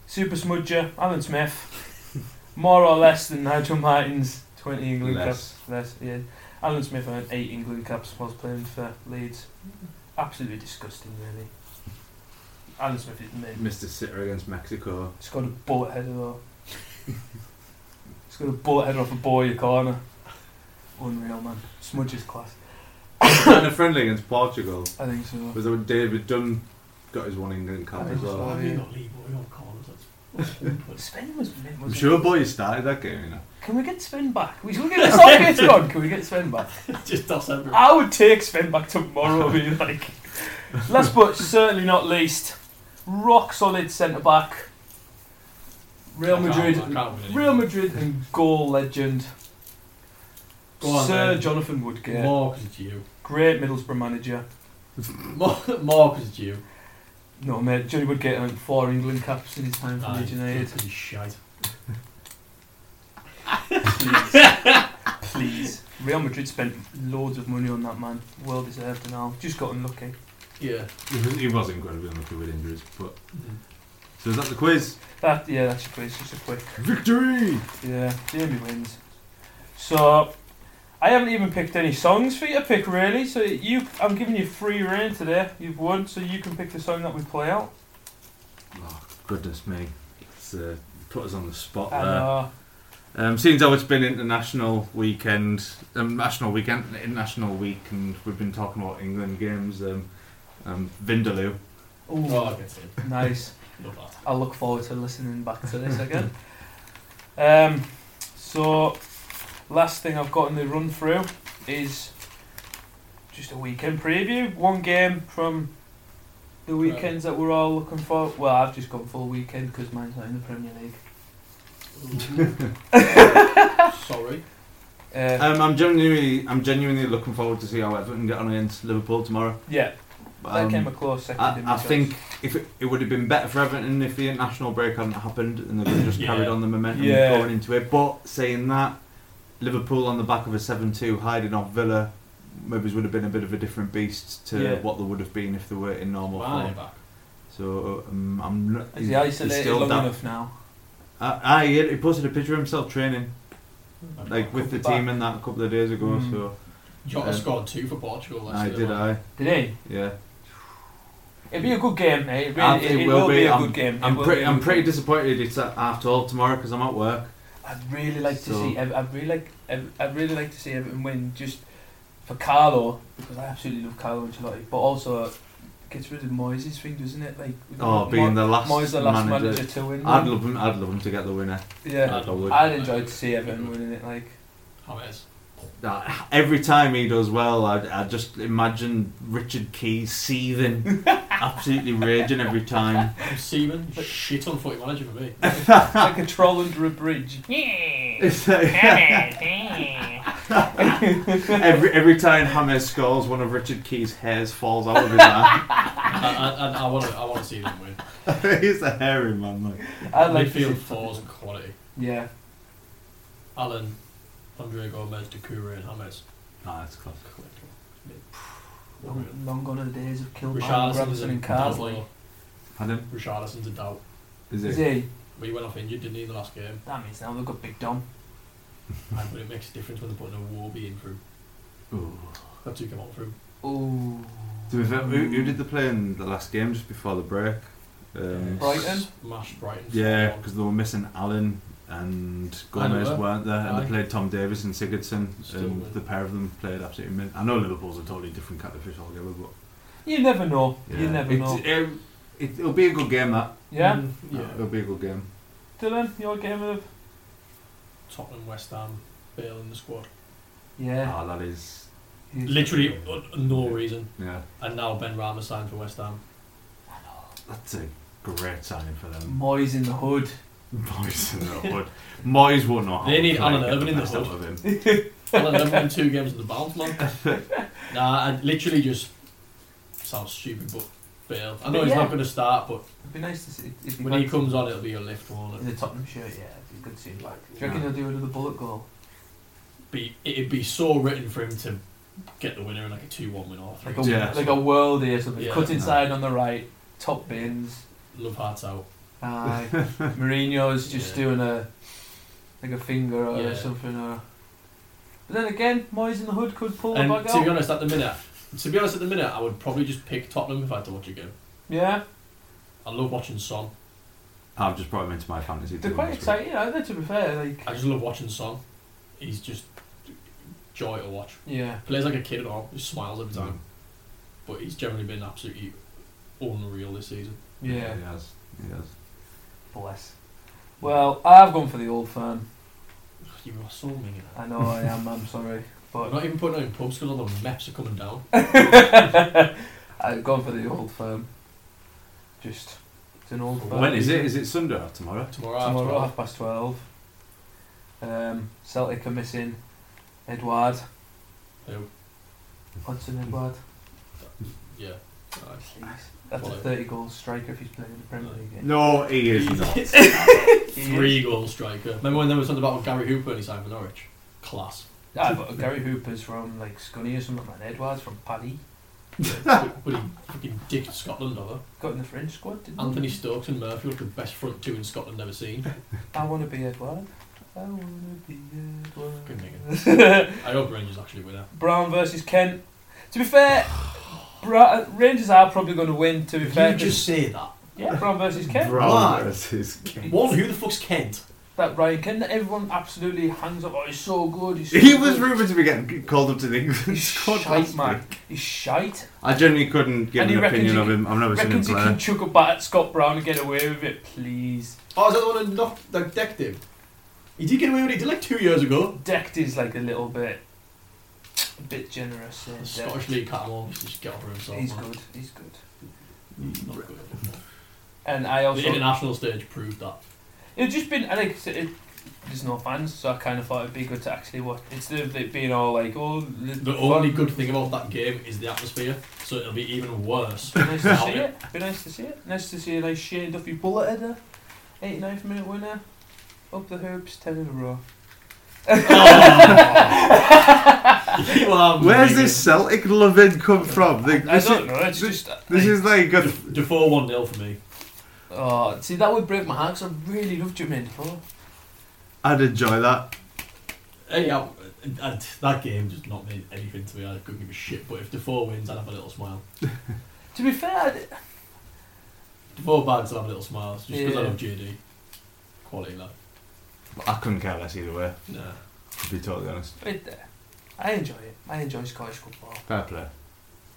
[SPEAKER 5] Super Smudger, Alan Smith, more or less than Nigel Martin's 20 England
[SPEAKER 4] Less.
[SPEAKER 5] caps. Less, yeah. Alan Smith earned 8 England caps whilst playing for Leeds. Absolutely disgusting, really. Alan Smith is mint.
[SPEAKER 4] Mr. Sitter against Mexico.
[SPEAKER 5] He's got a bullet header, though. He's got a bullet header off a boy corner. Unreal, man. Smudger's class.
[SPEAKER 4] and a friendly against Portugal.
[SPEAKER 5] I think so.
[SPEAKER 4] Was that David Dunn got his one England cap as well?
[SPEAKER 5] Oh,
[SPEAKER 6] Oh,
[SPEAKER 5] yeah.
[SPEAKER 6] we got Lee Boy on corners. That's, that's hopeless.
[SPEAKER 5] Spain was mint,
[SPEAKER 4] I'm
[SPEAKER 5] wasn't
[SPEAKER 4] sure
[SPEAKER 5] he?
[SPEAKER 4] Boy started that game, you know.
[SPEAKER 5] Can we get Sven back? We should get the sockets on. Can we get Sven back?
[SPEAKER 6] Just toss everyone.
[SPEAKER 5] I would take Sven back tomorrow. I mean, like, last but certainly not least, rock solid centre back. Real
[SPEAKER 6] I can't-
[SPEAKER 5] Madrid,
[SPEAKER 6] I can't win
[SPEAKER 5] Real
[SPEAKER 6] anymore.
[SPEAKER 5] Madrid and goal legend
[SPEAKER 6] Go on,
[SPEAKER 5] Sir
[SPEAKER 6] then.
[SPEAKER 5] Jonathan Woodgate,
[SPEAKER 6] More because it's you.
[SPEAKER 5] great Middlesbrough manager.
[SPEAKER 6] More because it's you.
[SPEAKER 5] No mate, Johnny Woodgate earned four England caps in his time for
[SPEAKER 6] Aye,
[SPEAKER 5] Leeds United.
[SPEAKER 6] because it's shite.
[SPEAKER 5] Please, please. Real Madrid spent loads of money on that man. Well deserved and all. Just got unlucky.
[SPEAKER 6] Yeah.
[SPEAKER 4] He was, he was incredibly unlucky with injuries, but so is that the quiz?
[SPEAKER 5] That yeah, that's your place. Just a quick.
[SPEAKER 4] Victory!
[SPEAKER 5] Yeah, Jamie wins. So, I haven't even picked any songs for you to pick, really. So you, I'm giving you free reign today. You've won, so you can pick the song that we play out.
[SPEAKER 4] Oh goodness me, it's, uh, put us on the spot
[SPEAKER 5] And,
[SPEAKER 4] there.
[SPEAKER 5] uh,
[SPEAKER 4] Um, seeing as though it's been international weekend, um, national weekend, international week, and we've been talking about England games. Um, um, Vindaloo.
[SPEAKER 5] uh, ooh,
[SPEAKER 6] Oh, I get it.
[SPEAKER 5] nice.
[SPEAKER 6] Love that.
[SPEAKER 5] I look forward to listening back to this again. Um, so, last thing I've got in the run through is just a weekend preview. One game from the weekends that we're all looking for. Well, I've just gone full weekend because mine's not in the Premier League.
[SPEAKER 9] Sorry.
[SPEAKER 5] Uh,
[SPEAKER 4] Um, I'm genuinely, I'm genuinely looking forward to see how Everton get on against Liverpool tomorrow.
[SPEAKER 5] yeah, that
[SPEAKER 4] Um,
[SPEAKER 5] came a close second.
[SPEAKER 4] I,
[SPEAKER 5] in my
[SPEAKER 4] I
[SPEAKER 5] choice.
[SPEAKER 4] think if it, it would have been better for Everton if the international break hadn't happened and they would have just
[SPEAKER 9] Yeah.
[SPEAKER 4] carried on the momentum
[SPEAKER 5] Yeah.
[SPEAKER 4] going into it. But saying that, Liverpool on the back of a 7 2 hiding off Villa maybe would have been a bit of a different beast to
[SPEAKER 5] Yeah.
[SPEAKER 4] what they would have been if they were in normal
[SPEAKER 9] Why
[SPEAKER 4] form.
[SPEAKER 9] back?
[SPEAKER 4] So um, I'm not.
[SPEAKER 5] Is he isolated long
[SPEAKER 4] down.
[SPEAKER 5] enough now?
[SPEAKER 4] Uh, aye, he, he posted a picture of himself training like with the
[SPEAKER 5] Back.
[SPEAKER 4] team and that a couple of days ago.
[SPEAKER 5] Mm.
[SPEAKER 4] So
[SPEAKER 9] Jota
[SPEAKER 4] Um,
[SPEAKER 9] scored two for Portugal last
[SPEAKER 4] I
[SPEAKER 9] year.
[SPEAKER 4] did,
[SPEAKER 9] man.
[SPEAKER 4] I
[SPEAKER 5] Did he?
[SPEAKER 4] yeah.
[SPEAKER 5] It'd be a good game, mate. It,
[SPEAKER 4] I
[SPEAKER 5] really,
[SPEAKER 4] think
[SPEAKER 5] it, it will, be, a
[SPEAKER 4] I'm-
[SPEAKER 5] good game. It
[SPEAKER 4] I'm
[SPEAKER 5] will
[SPEAKER 4] pretty,
[SPEAKER 5] be a
[SPEAKER 4] I'm
[SPEAKER 5] good
[SPEAKER 4] pretty
[SPEAKER 5] game.
[SPEAKER 4] disappointed it's at half twelve tomorrow because I'm at work.
[SPEAKER 5] I'd really like to
[SPEAKER 4] So-
[SPEAKER 5] see. Ev- I'd really like. Ev- I'd really like to see Everton win just for Carlo because I absolutely love Carlo Ancelotti, but also it gets rid of Moyes' thing, doesn't it? Like we
[SPEAKER 4] Oh,
[SPEAKER 5] don't-
[SPEAKER 4] being
[SPEAKER 5] Mo-
[SPEAKER 4] the last,
[SPEAKER 5] Moyes the last
[SPEAKER 4] manager.
[SPEAKER 5] manager, to win.
[SPEAKER 4] I'd
[SPEAKER 5] them.
[SPEAKER 4] love him. I'd love him to get the winner.
[SPEAKER 5] yeah,
[SPEAKER 4] I'd love
[SPEAKER 5] I'd,
[SPEAKER 4] it.
[SPEAKER 5] enjoy to see Everton winning it. Like
[SPEAKER 9] James.
[SPEAKER 4] Uh, Every time he does well, I, I just imagine Richard Keys seething, absolutely raging every time.
[SPEAKER 9] I'm Seaman. Shit on footy manager for me.
[SPEAKER 5] like a troll under a bridge.
[SPEAKER 4] It's like- every every time James scores, one of Richard Keys' hairs falls out of his eye.
[SPEAKER 9] I, I, I, I want to I wanna see them win.
[SPEAKER 4] He's a hairy man. Like.
[SPEAKER 5] I'd like to
[SPEAKER 9] Midfield
[SPEAKER 5] see,
[SPEAKER 9] fours and quality.
[SPEAKER 5] yeah.
[SPEAKER 9] Allen, Andre Gomez, Dakura and James.
[SPEAKER 4] Nah, it's Ah, class.
[SPEAKER 5] Long, long gone are the days of Kilby,
[SPEAKER 9] Richarlison's
[SPEAKER 5] Robinson,
[SPEAKER 9] a
[SPEAKER 5] and
[SPEAKER 9] doubt.
[SPEAKER 5] Carsley.
[SPEAKER 9] though.
[SPEAKER 4] Pardon?
[SPEAKER 9] Richarlison's a doubt.
[SPEAKER 4] Is
[SPEAKER 5] Is
[SPEAKER 4] it?
[SPEAKER 5] he?
[SPEAKER 9] But he went off injured, didn't he, in the last game?
[SPEAKER 5] That means now they've got Big Dom.
[SPEAKER 9] And, but it makes a difference when they're putting a Warby in through.
[SPEAKER 4] Ooh.
[SPEAKER 9] That's who came on through.
[SPEAKER 5] Ooh.
[SPEAKER 4] To be fair, who, who did they play in the last game just before the break? Um,
[SPEAKER 5] Brighton?
[SPEAKER 9] Smashed Brighton.
[SPEAKER 4] Yeah,
[SPEAKER 9] 4-1.
[SPEAKER 4] because they were missing Allen and Gomez
[SPEAKER 9] Allen were.
[SPEAKER 4] weren't there, and
[SPEAKER 9] Aye.
[SPEAKER 4] they played Tom Davis and Sigurdsson,
[SPEAKER 9] Still
[SPEAKER 4] and
[SPEAKER 9] win.
[SPEAKER 4] the pair of them played absolutely. Min- I know Liverpool's a totally different kind of fish altogether, but
[SPEAKER 5] You never know. You
[SPEAKER 4] yeah.
[SPEAKER 5] never
[SPEAKER 4] It's-
[SPEAKER 5] know.
[SPEAKER 4] um, it, it'll be a good game. That
[SPEAKER 5] yeah?
[SPEAKER 9] Mm,
[SPEAKER 4] it'll
[SPEAKER 9] yeah.
[SPEAKER 4] be a good game.
[SPEAKER 5] Dylan, your game of
[SPEAKER 9] Tottenham, West Ham, Bale in the squad.
[SPEAKER 5] Yeah.
[SPEAKER 4] Ah, that is
[SPEAKER 5] He's-
[SPEAKER 9] Literally, uh, no reason.
[SPEAKER 4] yeah,
[SPEAKER 9] And now Ben Rama signed for West Ham.
[SPEAKER 4] that's a great signing for them.
[SPEAKER 5] Moyes in the hood.
[SPEAKER 4] Moyes in the hood. Moyes will not.
[SPEAKER 9] They need
[SPEAKER 4] play
[SPEAKER 9] Allen
[SPEAKER 4] get the
[SPEAKER 9] Irvine in the
[SPEAKER 4] best
[SPEAKER 9] hood.
[SPEAKER 4] out of him.
[SPEAKER 9] Well, then win two games in the bounce, man. nah, I literally just sounds stupid, but Bale. I know
[SPEAKER 5] But
[SPEAKER 9] he's
[SPEAKER 5] yeah.
[SPEAKER 9] not going to start, but
[SPEAKER 5] It'd be nice to see. If
[SPEAKER 9] when he
[SPEAKER 5] got-
[SPEAKER 9] comes on, it'll be a lift,
[SPEAKER 5] in
[SPEAKER 9] won't
[SPEAKER 5] the
[SPEAKER 9] it?
[SPEAKER 5] Tottenham shirt, yeah, it'd be good to see him back. Do you reckon
[SPEAKER 4] Yeah.
[SPEAKER 5] he'll do another bullet goal?
[SPEAKER 9] Be it'd be so written for him to get the winner in like a two-one win or three.
[SPEAKER 5] Like a,
[SPEAKER 4] Yeah.
[SPEAKER 5] like a world or something.
[SPEAKER 9] Yeah.
[SPEAKER 5] Cut inside on the right, top bins.
[SPEAKER 9] Love hearts out.
[SPEAKER 5] Aye. Mourinho's just
[SPEAKER 9] Yeah.
[SPEAKER 5] doing a like a finger or
[SPEAKER 9] Yeah.
[SPEAKER 5] something. Or but then again, Moyes in the hood could pull
[SPEAKER 9] And
[SPEAKER 5] the bug
[SPEAKER 9] to be
[SPEAKER 5] out.
[SPEAKER 9] honest, at the minute, to be honest, at the minute, I would probably just pick Tottenham if I had to watch a game.
[SPEAKER 5] Yeah,
[SPEAKER 9] I love watching Son.
[SPEAKER 4] I've just brought him into my fantasy.
[SPEAKER 5] they're
[SPEAKER 4] team
[SPEAKER 5] quite
[SPEAKER 4] this week.
[SPEAKER 5] exciting, aren't they? To be fair, like
[SPEAKER 9] I just love watching Son. He's just joy to watch.
[SPEAKER 5] yeah,
[SPEAKER 9] Plays like a kid at all. Just smiles every time.
[SPEAKER 5] Mm.
[SPEAKER 9] But he's generally been absolutely unreal this season.
[SPEAKER 5] yeah.
[SPEAKER 4] he has. He has.
[SPEAKER 5] Bless. Well, I've gone for the old firm.
[SPEAKER 9] You are so mean.
[SPEAKER 5] I know I am. I'm sorry,
[SPEAKER 9] We're
[SPEAKER 5] but
[SPEAKER 9] not even putting out in pubs because all the maps are coming down.
[SPEAKER 5] I've gone for the old firm. Just it's an old firm.
[SPEAKER 4] When is it? Is it Sunday or tomorrow?
[SPEAKER 9] Tomorrow,
[SPEAKER 5] Tomorrow,
[SPEAKER 9] after
[SPEAKER 5] half past twelve. Um, Celtic are missing Edward.
[SPEAKER 9] Who?
[SPEAKER 5] Hudson Edward.
[SPEAKER 9] Yeah.
[SPEAKER 5] That's a
[SPEAKER 9] Follow.
[SPEAKER 5] 30 goal striker if he's playing in the Premier League. yeah.
[SPEAKER 4] No, he is not.
[SPEAKER 5] He is.
[SPEAKER 9] Three goal striker. Remember when there was something about Gary Hooper and he signed for Norwich? Class.
[SPEAKER 5] Ah, but Gary Hooper's from like Scunny or something like that. Edwards from Paddy.
[SPEAKER 9] but, but he fucking dicked Scotland over.
[SPEAKER 5] Got in the French squad, didn't
[SPEAKER 9] Anthony
[SPEAKER 5] he?
[SPEAKER 9] Stokes and Murphy look the best front two in Scotland ever seen.
[SPEAKER 5] I want to be Edward. I want to be
[SPEAKER 9] Good
[SPEAKER 5] Edward.
[SPEAKER 9] I hope Rangers actually win that.
[SPEAKER 5] Brown versus Kent. To be fair, Bra- uh, Rangers are probably going to win, to be fair. 'cause-
[SPEAKER 9] say that?
[SPEAKER 5] yeah, Brown versus Kent.
[SPEAKER 4] Brown
[SPEAKER 9] Why?
[SPEAKER 4] versus Kane.
[SPEAKER 9] One, who the fuck's Kent?
[SPEAKER 5] That Ryan Kent that everyone absolutely hangs up. Oh, he's so good. He's so
[SPEAKER 4] He was
[SPEAKER 5] good.
[SPEAKER 4] rumoured to be getting called up to the England
[SPEAKER 5] He's
[SPEAKER 4] squad.
[SPEAKER 5] shite,
[SPEAKER 4] last
[SPEAKER 5] man.
[SPEAKER 4] week.
[SPEAKER 5] He's shite.
[SPEAKER 4] I genuinely couldn't give
[SPEAKER 5] And he
[SPEAKER 4] an
[SPEAKER 5] reckons
[SPEAKER 4] opinion
[SPEAKER 5] he-
[SPEAKER 4] of him. I've never seen him
[SPEAKER 5] Reckons he can
[SPEAKER 4] play.
[SPEAKER 5] chuck a bat at Scott Brown and get away with it, please.
[SPEAKER 9] Oh, is that the one that knocked, that decked him? He did get away with it. He did like two years ago.
[SPEAKER 5] Decked is like a little bit, a bit generous. So
[SPEAKER 9] The
[SPEAKER 5] Decht-
[SPEAKER 9] Scottish League catalog. He's just get over himself.
[SPEAKER 5] He's
[SPEAKER 9] man.
[SPEAKER 5] good. He's good.
[SPEAKER 9] He's not good.
[SPEAKER 5] And I
[SPEAKER 9] The
[SPEAKER 5] also
[SPEAKER 9] international stage proved that.
[SPEAKER 5] It's just been, I think, it's- it, there's no fans, so I kind of thought it'd be good to actually watch. Instead of it being all like, oh,
[SPEAKER 9] The only good thing about that game is the atmosphere, so it'll be even worse.
[SPEAKER 5] Be nice to see it. Be nice to see it. Nice to see a nice Shane Duffy bullet header, 89th minute winner, up the hoops, 10 in a row.
[SPEAKER 9] You are
[SPEAKER 4] Where's
[SPEAKER 9] mega-
[SPEAKER 4] this Celtic loving come from? The-
[SPEAKER 5] I
[SPEAKER 4] this,
[SPEAKER 5] don't
[SPEAKER 4] is,
[SPEAKER 5] know. It's
[SPEAKER 4] this-
[SPEAKER 5] just
[SPEAKER 4] this is like a.
[SPEAKER 9] Defoe one 0 for me.
[SPEAKER 5] oh, see that would break my heart 'cause I really loved Jermaine Defoe.
[SPEAKER 4] I'd enjoy that.
[SPEAKER 9] Hey, I, I, that game just not mean anything to me. I couldn't give a shit. But if Defoe wins, I'd have a little smile.
[SPEAKER 5] To be fair, I d-
[SPEAKER 9] Defoe bags, I'd have a little smile. It's just because I
[SPEAKER 5] Yeah.
[SPEAKER 9] love JD. Quality love.
[SPEAKER 4] I couldn't care less either way,
[SPEAKER 9] Nah.
[SPEAKER 4] to be totally honest.
[SPEAKER 5] right there. I enjoy it. I enjoy Scottish football.
[SPEAKER 4] Fair play.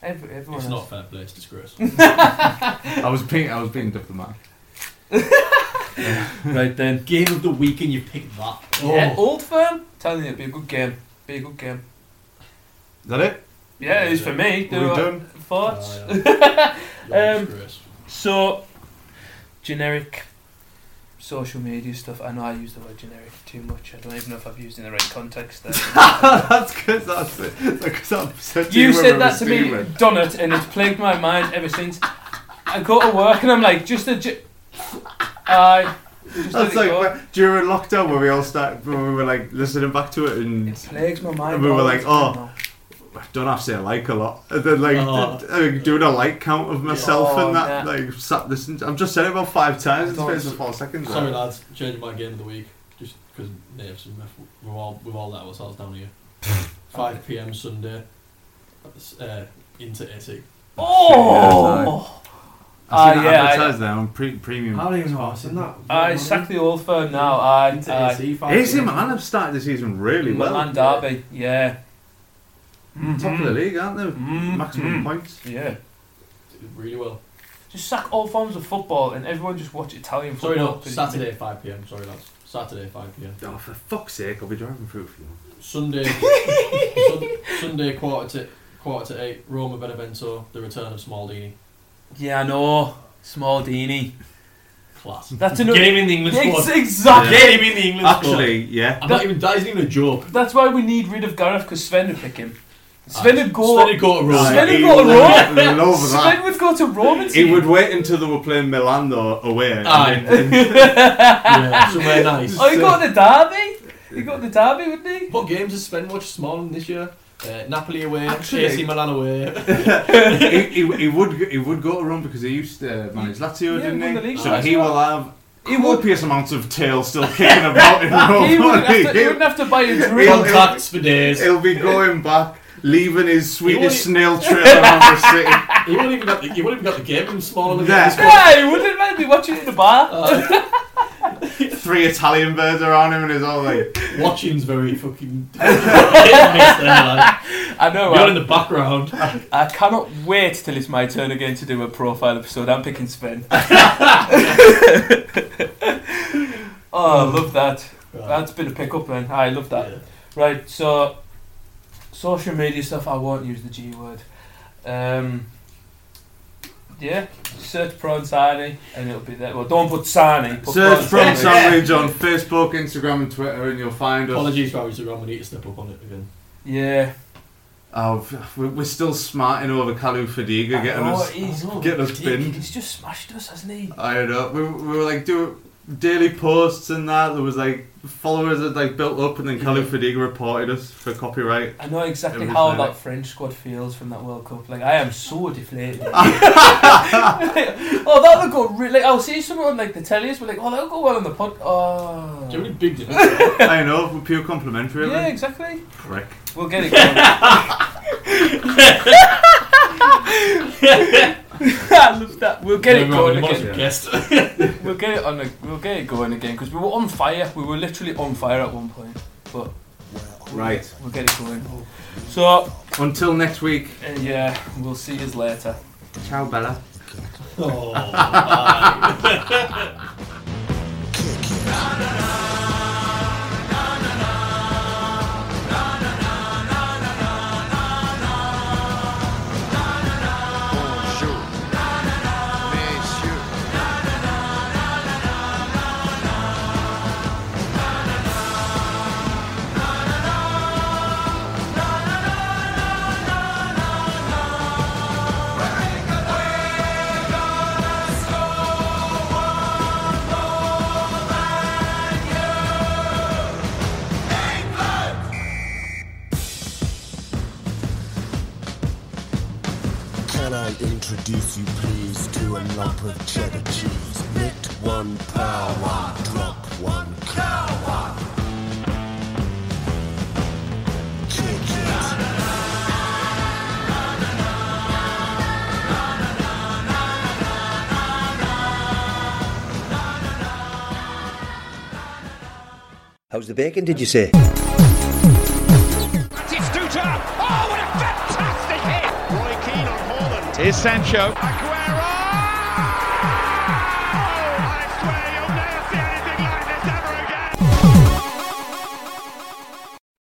[SPEAKER 5] Every, everyone
[SPEAKER 9] It's not
[SPEAKER 5] else.
[SPEAKER 9] fair play. It's disgrace.
[SPEAKER 4] I was being, I was being diplomatic.
[SPEAKER 9] right then, game of the week, and you picked that.
[SPEAKER 5] Yeah,
[SPEAKER 9] Oh.
[SPEAKER 5] Old Firm. Telling you, it'd be a good game. Be a good game.
[SPEAKER 4] Is that it?
[SPEAKER 5] Yeah, it is for me.
[SPEAKER 4] We're
[SPEAKER 5] Do I-
[SPEAKER 4] done.
[SPEAKER 5] Thoughts?
[SPEAKER 9] Oh, yeah. You're
[SPEAKER 5] Um,
[SPEAKER 9] disgrace.
[SPEAKER 5] So, generic social media stuff. I know I use the word generic too much. I don't even know if I've used it in the right context there.
[SPEAKER 4] that's because that's it. Because I'm such a
[SPEAKER 5] you said that to me,
[SPEAKER 4] human.
[SPEAKER 5] done it, and it's plagued my mind ever since. I go to work and I'm like, just a. Ge- I. Just let
[SPEAKER 4] That's
[SPEAKER 5] it
[SPEAKER 4] like
[SPEAKER 5] go.
[SPEAKER 4] when- during lockdown when we all started, when we were like listening back to it
[SPEAKER 5] It
[SPEAKER 4] and
[SPEAKER 5] plagues my mind.
[SPEAKER 4] And we were
[SPEAKER 5] all the
[SPEAKER 4] like,
[SPEAKER 5] time
[SPEAKER 4] oh,
[SPEAKER 5] now.
[SPEAKER 4] don't have to say I like a lot. And then like
[SPEAKER 9] Oh.
[SPEAKER 4] d- I mean, doing a like count of myself
[SPEAKER 5] Oh,
[SPEAKER 4] and that
[SPEAKER 5] nah.
[SPEAKER 4] like sat this. I've just said it about five times in the
[SPEAKER 5] Don't-
[SPEAKER 4] space of four seconds.
[SPEAKER 9] Sorry, lads. Changing my game of the week just because Naves and Meth, we're all we've all let ourselves down here. 5 p.m. Sunday. That's, Uh, into Italy.
[SPEAKER 5] Oh!
[SPEAKER 4] I've
[SPEAKER 5] Ah,
[SPEAKER 4] seen it
[SPEAKER 5] yeah, I-
[SPEAKER 4] advertised there on pre- premium.
[SPEAKER 9] How many was in that?
[SPEAKER 5] I sack the old firm now. I.
[SPEAKER 9] Into
[SPEAKER 5] I
[SPEAKER 9] AC, 5
[SPEAKER 4] AC
[SPEAKER 9] p.m.
[SPEAKER 4] Milan have started the season really well.
[SPEAKER 5] Milan Derby, yeah. Mm-hmm.
[SPEAKER 4] Top of the league, aren't they?
[SPEAKER 5] Mhm.
[SPEAKER 4] Maximum
[SPEAKER 5] Mhm.
[SPEAKER 4] points.
[SPEAKER 5] Yeah.
[SPEAKER 9] Did Really well.
[SPEAKER 5] Just sack all forms of football and everyone just watch Italian
[SPEAKER 9] Sorry,
[SPEAKER 5] football.
[SPEAKER 9] no. Saturday 5 p.m. Sorry, lads. Saturday 5 p.m.
[SPEAKER 4] Oh, for fuck's sake! I'll be driving through for you.
[SPEAKER 9] Sunday. sun, Sunday quarter to quarter to eight. Roma Benevento. The return of Smaldini.
[SPEAKER 5] Yeah, I know. Small Dini.
[SPEAKER 9] Class.
[SPEAKER 5] That's another.
[SPEAKER 9] Get him in the English
[SPEAKER 5] Ex-
[SPEAKER 9] squad.
[SPEAKER 5] exactly.
[SPEAKER 9] Get him in the English squad.
[SPEAKER 4] Actually, yeah.
[SPEAKER 9] I'm not even. That isn't even a joke.
[SPEAKER 5] That's why we need rid of Gareth because Sven would pick him. Sven would go.
[SPEAKER 9] Ah, Sven would go to Roma.
[SPEAKER 5] Sven would
[SPEAKER 4] Right, he
[SPEAKER 5] go to
[SPEAKER 4] would
[SPEAKER 5] Rome.
[SPEAKER 4] love
[SPEAKER 5] Sven
[SPEAKER 4] that.
[SPEAKER 5] would go to Rome and
[SPEAKER 4] He
[SPEAKER 5] see.
[SPEAKER 4] would wait until they were playing Milan though away. and
[SPEAKER 9] Aye.
[SPEAKER 4] then-
[SPEAKER 9] yeah, somewhere nice.
[SPEAKER 5] Oh, he got the derby. He got the derby, wouldn't he?
[SPEAKER 9] What games has Sven watched Smalling this year? Uh, Napoli away,
[SPEAKER 4] Actually-
[SPEAKER 9] AC Milan away.
[SPEAKER 4] he, he, he would he would go to Rome because he used to manage Lazio,
[SPEAKER 5] Yeah, he won
[SPEAKER 4] didn't
[SPEAKER 5] the
[SPEAKER 4] he?
[SPEAKER 5] league
[SPEAKER 4] So
[SPEAKER 5] last
[SPEAKER 4] he
[SPEAKER 5] year.
[SPEAKER 4] will have
[SPEAKER 5] He would-
[SPEAKER 4] copious amounts of tail still kicking about in Rome.
[SPEAKER 5] He wouldn't, have to, he
[SPEAKER 4] He'll,
[SPEAKER 5] wouldn't have to buy a
[SPEAKER 4] He'll-
[SPEAKER 5] drink.
[SPEAKER 9] Contacts for days.
[SPEAKER 4] he'll be going back, leaving his Swedish
[SPEAKER 9] He
[SPEAKER 4] snail trail around the city.
[SPEAKER 9] You won't even got the, you won't even got the game from Smalling again.
[SPEAKER 4] Yeah.
[SPEAKER 9] This one.
[SPEAKER 5] Yeah, he wouldn't mind be watching it in the bar.
[SPEAKER 9] Uh,
[SPEAKER 4] Three Italian birds around him, and he's all like,
[SPEAKER 9] watching's very fucking. hit and miss there, lad.
[SPEAKER 5] I know.
[SPEAKER 9] You're
[SPEAKER 5] I-
[SPEAKER 9] in the background.
[SPEAKER 5] I cannot wait till it's my turn again to do a profile episode. I'm picking Sven. oh, I love that. That's been a pickup then. I love that.
[SPEAKER 9] Yeah.
[SPEAKER 5] Right, so social media stuff. I won't use the G word. Um, yeah, search prawn sarnie and it'll be there. Well, don't put sarnie. Put
[SPEAKER 4] search
[SPEAKER 5] prawn
[SPEAKER 4] from sandwich on Facebook, Instagram, and Twitter, and you'll find us.
[SPEAKER 9] Apologies for our Instagram, we need to step up on it again.
[SPEAKER 5] Yeah.
[SPEAKER 4] Oh, we- we're still smarting over Kalu Fadiga getting
[SPEAKER 5] oh,
[SPEAKER 4] us.
[SPEAKER 5] he's,
[SPEAKER 4] getting us binned.
[SPEAKER 5] He's just smashed us, hasn't he?
[SPEAKER 4] I don't know. We, we were like doing daily posts and that. There was like followers had like built up, and then Kalu Fadiga reported us for copyright.
[SPEAKER 5] I know exactly
[SPEAKER 4] Every
[SPEAKER 5] how
[SPEAKER 4] player.
[SPEAKER 5] that French squad feels from that World Cup. Like I am so deflated. oh, that would go really. Like, I'll see someone on, like the tellies, but like, oh, that'll go well on the pod. Oh,
[SPEAKER 9] Do you have any big difference?
[SPEAKER 4] I don't know. We're pure complimentary.
[SPEAKER 5] yeah,
[SPEAKER 4] Yeah.
[SPEAKER 5] exactly.
[SPEAKER 4] Prick.
[SPEAKER 5] We'll get it. Going. I love that. We'll get it
[SPEAKER 9] Remember,
[SPEAKER 5] going
[SPEAKER 9] we must
[SPEAKER 5] again.
[SPEAKER 9] have guessed.
[SPEAKER 5] We'll get it on. A, we'll get it going again because we were on fire. We were literally on fire at one point, but
[SPEAKER 4] Right.
[SPEAKER 5] we'll get it going. So uh,
[SPEAKER 4] Until next week.
[SPEAKER 5] yeah, we'll see you later.
[SPEAKER 4] Ciao, Bella.
[SPEAKER 9] Oh, bye.
[SPEAKER 10] kick it.
[SPEAKER 11] I'll introduce you, please, to a lump of cheddar cheese. Knit one power, drop one cow. Kick it.
[SPEAKER 6] How's the bacon, did you say?
[SPEAKER 3] It's Duta. Oh, what a fantastic hit! Roy Keane on Holland. Here's Sancho. Aguero. Oh,